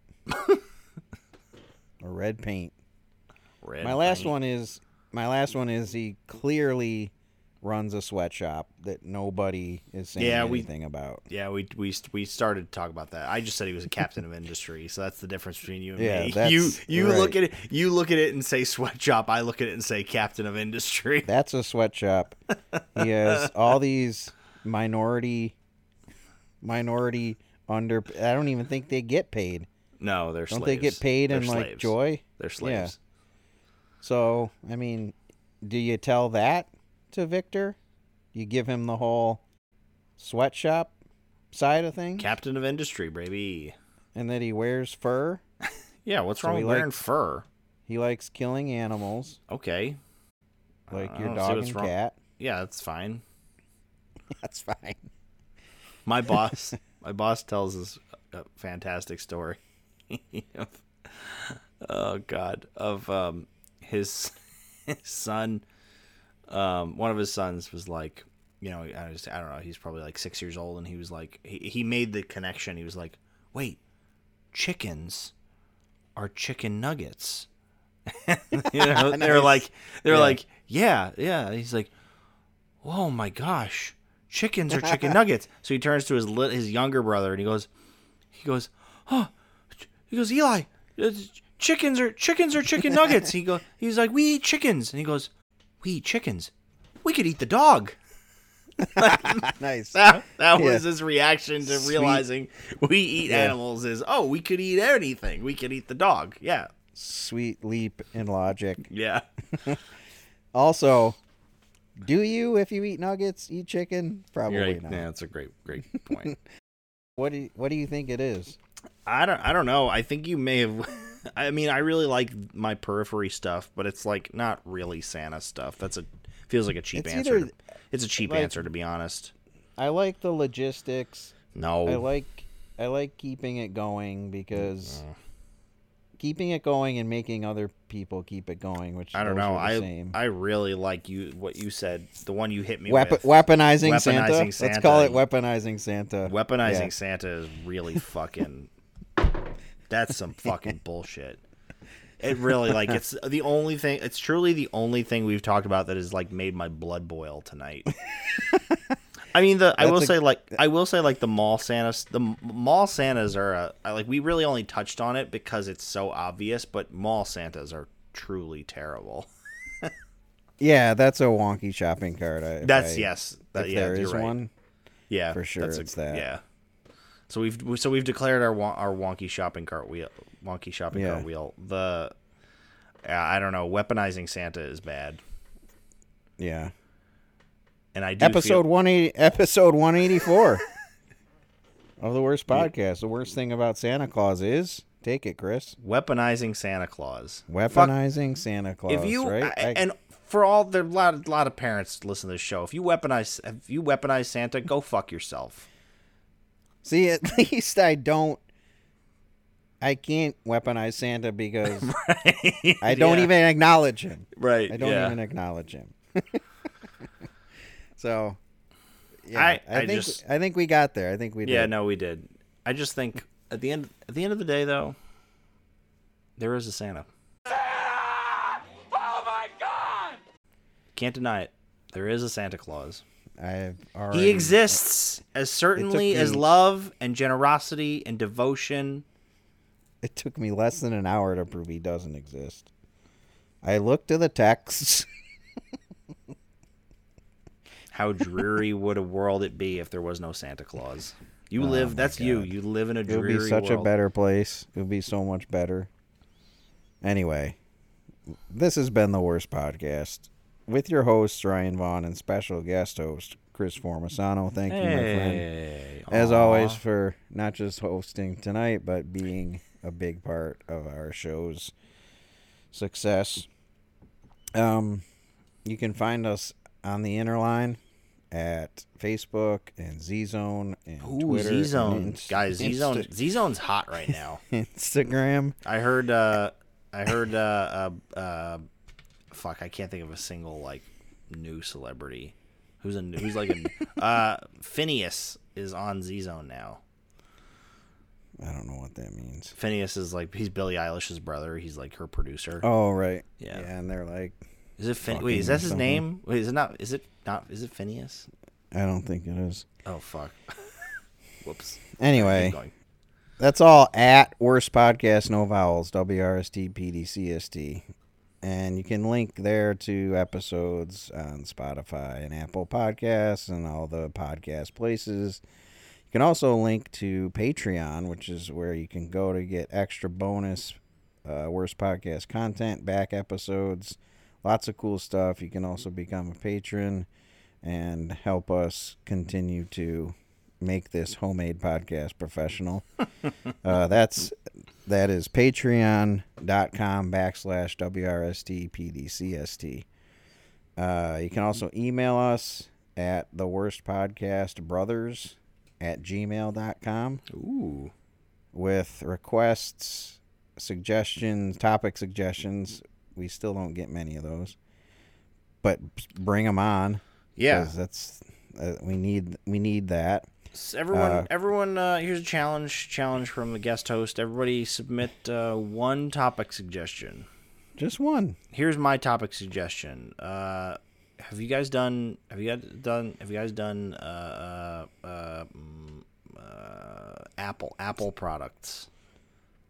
Speaker 2: or red paint.
Speaker 3: Red
Speaker 2: my last
Speaker 3: paint.
Speaker 2: one is my last one is he clearly runs a sweatshop that nobody is saying
Speaker 3: Yeah, we-
Speaker 2: anything about.
Speaker 3: Yeah, we we we started to talk about that. I just said he was a captain of industry, so that's the difference between you and
Speaker 2: Yeah,
Speaker 3: me.
Speaker 2: that's
Speaker 3: you you look
Speaker 2: right.
Speaker 3: at it, you look at it and say sweatshop. I look at it and say captain of industry.
Speaker 2: That's a sweatshop. he has all these minority minority under I don't even think they get paid.
Speaker 3: No, they're
Speaker 2: Don't
Speaker 3: slaves.
Speaker 2: they get paid
Speaker 3: They're
Speaker 2: in like
Speaker 3: slaves.
Speaker 2: joy?
Speaker 3: They're
Speaker 2: Yeah.
Speaker 3: slaves.
Speaker 2: So I mean, do you tell that to Victor? You give him the whole sweatshop side of things,
Speaker 3: Captain of industry, baby.
Speaker 2: and that he wears fur.
Speaker 3: Yeah, what's
Speaker 2: So
Speaker 3: wrong
Speaker 2: he
Speaker 3: with wearing
Speaker 2: likes-
Speaker 3: fur?
Speaker 2: He likes killing animals,
Speaker 3: Okay.
Speaker 2: like
Speaker 3: I
Speaker 2: your
Speaker 3: don't see
Speaker 2: dog
Speaker 3: what's
Speaker 2: and
Speaker 3: wrong.
Speaker 2: cat.
Speaker 3: Yeah, that's fine.
Speaker 2: That's fine.
Speaker 3: My boss, my boss tells this uh, fantastic story. of, oh God, of um, his, his son. Um, one of his sons was like, you know, I, just, I don't know. He's probably like six years old, and he was like, he, he made the connection. He was like, wait, chickens are chicken nuggets. you know, they're
Speaker 8: Nice.
Speaker 3: like, they're
Speaker 8: Yeah.
Speaker 3: like, yeah, yeah. He's like, oh my gosh, chickens are chicken nuggets. So he turns to his lit, his younger brother and he goes, he goes, oh, ch- he goes, Eli, uh, ch- chickens are chickens are chicken nuggets. He go, he's like, we eat chickens, and he goes, we eat chickens. We could eat the dog.
Speaker 2: nice.
Speaker 3: That,
Speaker 8: Yeah.
Speaker 3: that was his reaction to
Speaker 8: Sweet.
Speaker 3: realizing we eat
Speaker 2: Yeah.
Speaker 3: animals is oh we could eat anything. We could eat the dog. Yeah.
Speaker 2: Sweet leap in logic.
Speaker 3: Yeah.
Speaker 2: Also, do you if you eat nuggets eat chicken? Probably
Speaker 3: You're right.
Speaker 2: not.
Speaker 3: Yeah, that's a great great point.
Speaker 2: What do you, what do you think it is?
Speaker 3: I don't I don't know. I think you may have I mean, I really like my periphery stuff, but it's like not really Santa stuff. That's a feels like a cheap
Speaker 2: It's
Speaker 3: answer.
Speaker 2: either-
Speaker 3: to- it's a cheap
Speaker 2: like-
Speaker 3: answer to be honest.
Speaker 2: I like the logistics.
Speaker 3: No.
Speaker 2: I like I like keeping it going because
Speaker 3: Uh.
Speaker 2: keeping it going and making other people keep it going, which
Speaker 3: I don't
Speaker 2: those
Speaker 3: know.
Speaker 2: are the
Speaker 3: I
Speaker 2: same.
Speaker 3: I really like you what you said. The one you hit me
Speaker 2: Weapon,
Speaker 3: with.
Speaker 2: weaponizing, Santa.
Speaker 3: Weaponizing
Speaker 2: Let's call it
Speaker 3: Santa.
Speaker 2: weaponizing Santa.
Speaker 3: Weaponizing
Speaker 2: Yeah.
Speaker 3: Santa is really fucking. that's some fucking bullshit. It really like it's the only thing. It's truly the only thing we've talked about that has like made my blood boil tonight. I mean, the I
Speaker 8: That's
Speaker 3: will
Speaker 8: a-
Speaker 3: say like I will say like the mall Santas. The m- mall Santas are a, I- like we really only touched on it because it's so obvious, but mall Santas are truly terrible.
Speaker 2: Yeah, that's a wonky shopping cart. I, if
Speaker 3: That's
Speaker 2: I-
Speaker 3: yes. That,
Speaker 2: if
Speaker 3: yeah,
Speaker 2: there
Speaker 3: you're
Speaker 2: is
Speaker 3: right.
Speaker 2: one.
Speaker 3: Yeah,
Speaker 2: for sure
Speaker 3: that's
Speaker 2: it's that.
Speaker 3: Yeah. So we've we- so we've declared our won- our wonky shopping cart wheel, wonky shopping
Speaker 2: Yeah.
Speaker 3: cart wheel. The uh, I don't know, weaponizing Santa is bad,
Speaker 2: Yeah.
Speaker 3: and I do
Speaker 2: Episode
Speaker 3: feel,
Speaker 2: one eighty. Episode one eighty four. Of the worst podcast. The worst thing about Santa Claus is take it, Chris.
Speaker 3: weaponizing Santa Claus.
Speaker 2: Weaponizing Santa Claus.
Speaker 3: if you
Speaker 2: right?
Speaker 3: I-
Speaker 2: I-
Speaker 3: and for all there are a lot of, lot of parents listen to this show. If you weaponize if you weaponize Santa, go fuck yourself.
Speaker 2: See, at least I don't. I can't weaponize Santa because I don't
Speaker 3: yeah.
Speaker 2: even acknowledge him.
Speaker 3: Right,
Speaker 2: I don't
Speaker 3: yeah.
Speaker 2: even acknowledge him. so, yeah,
Speaker 3: I-
Speaker 2: I,
Speaker 3: I
Speaker 2: think
Speaker 3: just-
Speaker 2: I think we got there. I think we did.
Speaker 3: Yeah, no, we did. I just think at the end at the end of the day, though, there is a Santa.
Speaker 10: Oh my god!
Speaker 3: Can't deny it. There is a Santa Claus.
Speaker 2: I've
Speaker 3: He
Speaker 2: already-
Speaker 3: exists as certainly as
Speaker 2: me-
Speaker 3: love and generosity and devotion.
Speaker 2: It took me less than an hour to prove he doesn't exist. I looked to the texts.
Speaker 3: How dreary would a world it be if there was no Santa Claus? You
Speaker 2: Oh
Speaker 3: live.
Speaker 2: my
Speaker 3: That's you. You live in a
Speaker 2: It would
Speaker 3: dreary
Speaker 2: be such
Speaker 3: world.
Speaker 2: a better place. It would be so much better. Anyway, this has been the worst podcast with your hosts Ryan Vaughn and special guest host Chris Formisano. Thank you, my
Speaker 3: Hey,
Speaker 2: friend, as
Speaker 3: aw.
Speaker 2: always, for not just hosting tonight but being a big part of our show's success. Um, you can find us on the inner line at Facebook and Z Zone and
Speaker 3: Ooh,
Speaker 2: Twitter. and
Speaker 3: Z-Zone.
Speaker 2: Inst-
Speaker 3: guys. Z zone.
Speaker 2: Insta-
Speaker 3: Z zone's hot right now.
Speaker 2: Instagram.
Speaker 3: I heard. uh I heard. uh, uh uh Fuck. I can't think of a single like new celebrity who's a who's like a uh Phineas is on Z zone now.
Speaker 2: I don't know what that means.
Speaker 3: Phineas is like he's Billie Eilish's brother. He's like her producer.
Speaker 2: Oh right.
Speaker 3: Yeah.
Speaker 2: and they're like,
Speaker 3: Is it Phin-
Speaker 2: fucking
Speaker 3: wait? Is
Speaker 2: or
Speaker 3: that his
Speaker 2: something.
Speaker 3: name? Wait, is it not? Is it not? Is it Phineas?
Speaker 2: I don't think it is.
Speaker 3: Oh fuck! Whoops. Keep
Speaker 2: Anyway,
Speaker 3: going.
Speaker 2: that's all at worst podcast no vowels WRST PDCST, and you can link there to episodes on Spotify and Apple Podcasts and all the podcast places. You can also link to Patreon, which is where you can go to get extra bonus uh, worst podcast content, back episodes, lots of cool stuff. You can also become a patron and help us continue to make this homemade podcast professional. uh, that's that is patreon.com backslash WRSTPDCST. Uh, you can also email us at the worst podcast brothers at gmail.com.
Speaker 3: Ooh.
Speaker 2: With requests, suggestions, topic suggestions. We still don't get many of those, but bring them on.
Speaker 3: Yeah.
Speaker 2: 'cause That's, uh, we need, we need that.
Speaker 3: So everyone,
Speaker 2: Uh,
Speaker 3: everyone, uh, here's a challenge. Challenge from the guest host. Everybody submit uh, one topic suggestion.
Speaker 2: Just one.
Speaker 3: Here's my topic suggestion. Uh, have you guys done? Have you guys done? Have you guys done? Uh, uh, uh, mm, uh, Apple Apple products,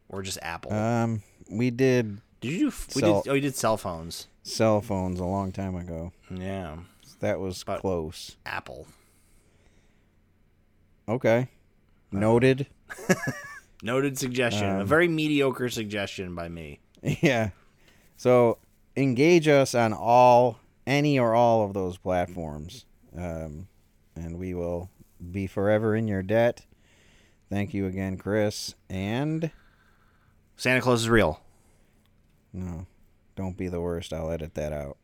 Speaker 3: or just Apple?
Speaker 2: Um, we did
Speaker 3: did you? do f- We
Speaker 2: cell-
Speaker 3: did. Oh, you did cell phones.
Speaker 2: cell phones a long time ago.
Speaker 3: Yeah.
Speaker 2: That was
Speaker 3: But-
Speaker 2: close.
Speaker 3: Apple.
Speaker 2: Okay.
Speaker 3: Uh-huh.
Speaker 2: Noted.
Speaker 3: Noted suggestion. a
Speaker 2: Um,
Speaker 3: very mediocre suggestion by me.
Speaker 2: Yeah. So engage us on all, any or all of those platforms, um, and we will be forever in your debt. Thank you again, Chris. And
Speaker 3: Santa Claus is real.
Speaker 2: no, don't be the worst. I'll edit that out.